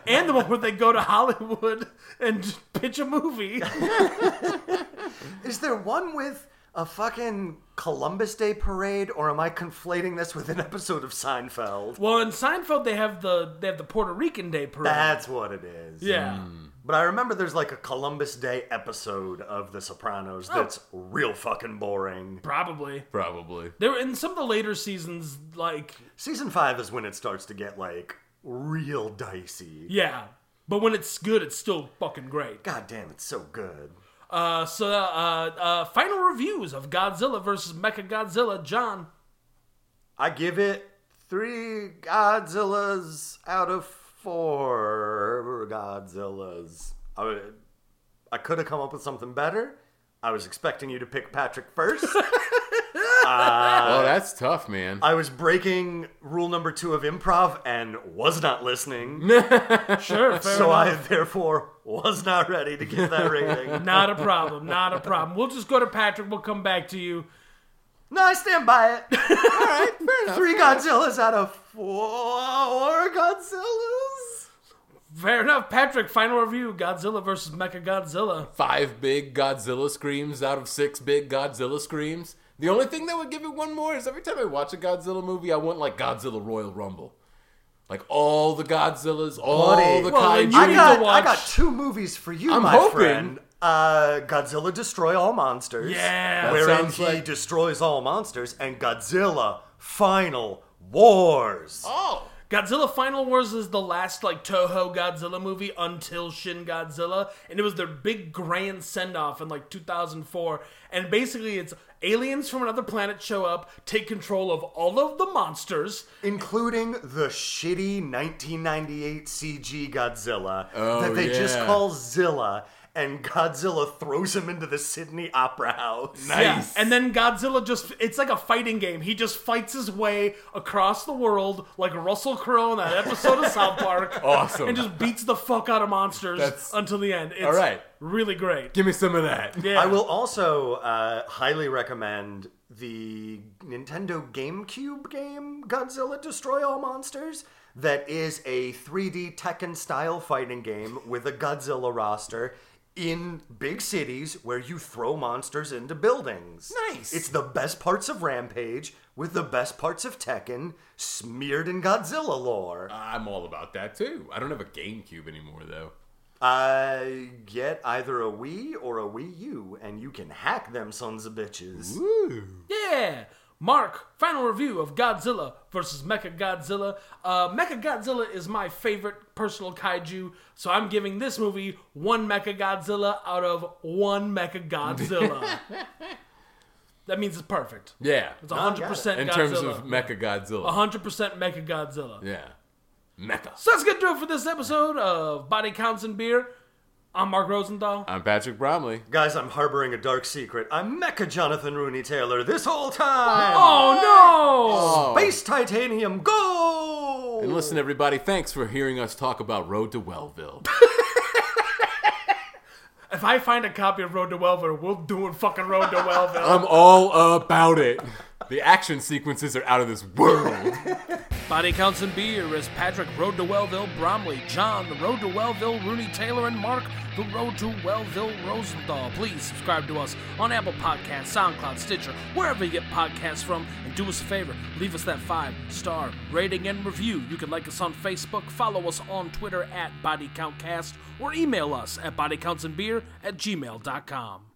and the one where they go to Hollywood and pitch a movie. Is there one with a fucking Columbus Day parade, or am I conflating this with an episode of Seinfeld? Well, in Seinfeld they have the they have the Puerto Rican Day parade. That's what it is. yeah. But I remember there's like a Columbus Day episode of The Sopranos Oh. that's real fucking boring. Probably. Probably. There in some of the later seasons like Season five is when it starts to get like real dicey. yeah, but when it's good it's still fucking great. God damn, it's so good. Uh, so, uh, uh, final reviews of Godzilla versus Mecha Godzilla. John, I give it three Godzillas out of four Godzillas. I, would- I could have come up with something better. I was expecting you to pick Patrick first. oh, that's tough, man. I was breaking rule number two of improv and was not listening. sure, fair So enough. I therefore was not ready to give that rating. Not a problem, not a problem. We'll just go to Patrick. We'll come back to you. no, I stand by it. All right, Three Godzillas out of four Godzillas. Fair enough, Patrick. Final review: Godzilla versus Mecha Godzilla. Five big Godzilla screams out of six big Godzilla screams. The only thing that would give it one more is every time I watch a Godzilla movie, I want like Godzilla Royal Rumble. Like all the Godzillas, all Buddy. the Well, kaiju. then you I need got, to I watch- got two movies for you, I'm my hoping. friend. Uh, Godzilla Destroy All Monsters. Yeah. That Wherein sounds he like- destroys all monsters, and Godzilla Final Wars. oh, Godzilla Final Wars is the last like Toho Godzilla movie until Shin Godzilla, and it was their big grand send off in like 2004. And basically, it's aliens from another planet show up, take control of all of the monsters, Including the shitty 1998 CG Godzilla Oh, that they just yeah. call Zilla, and Godzilla throws him into the Sydney Opera House. nice. Yeah, and then Godzilla just it's like a fighting game. He just fights his way across the world like Russell Crowe in that episode of South Park. Awesome. And just beats the fuck out of monsters That's- until the end. It's All right. really great. give me some of that. Yeah. I will also uh, highly recommend the Nintendo GameCube game Godzilla Destroy All Monsters. That is a 3D Tekken style fighting game with a Godzilla roster in big cities where you throw monsters into buildings. Nice. It's the best parts of Rampage with the best parts of Tekken smeared in Godzilla lore. I'm all about that too. I don't have a GameCube anymore though. Uh, get either a Wii or a Wii U, and you can hack them sons of bitches. Yeah. Mark, final review of Godzilla versus Mecha Godzilla. Uh, Mecha Godzilla is my favorite personal kaiju, so I'm giving this movie one Mecha Godzilla out of one Mecha Godzilla. that means it's perfect. Yeah. It's 100% Godzilla. In terms of Mecha Godzilla. 100% Mecha Godzilla. Yeah. Mecha. So that's going to do it for this episode of Body Counts and Beer. I'm Mark Rosenthal. I'm Patrick Bromley. Guys, I'm harboring a dark secret. I'm Mecha Jonathan Rooney Taylor this whole time. Oh, Base titanium, go! And listen, everybody, thanks for hearing us talk about Road to Wellville. no! If I find a copy of Road to Wellville, we'll do it fucking Road to Wellville. I'm all about it. The action sequences are out of this world. Body Counts and Beer is Patrick Road to Wellville Bromley, John the Road to Wellville Rooney Taylor, and Mark the Road to Wellville Rosenthal. Please subscribe to us on Apple Podcasts, SoundCloud, Stitcher, wherever you get podcasts from, and do us a favor, leave us that five star rating and review. You can like us on Facebook, follow us on Twitter at Body Count Cast, or email us at bodycountsandbeer at gmail.com.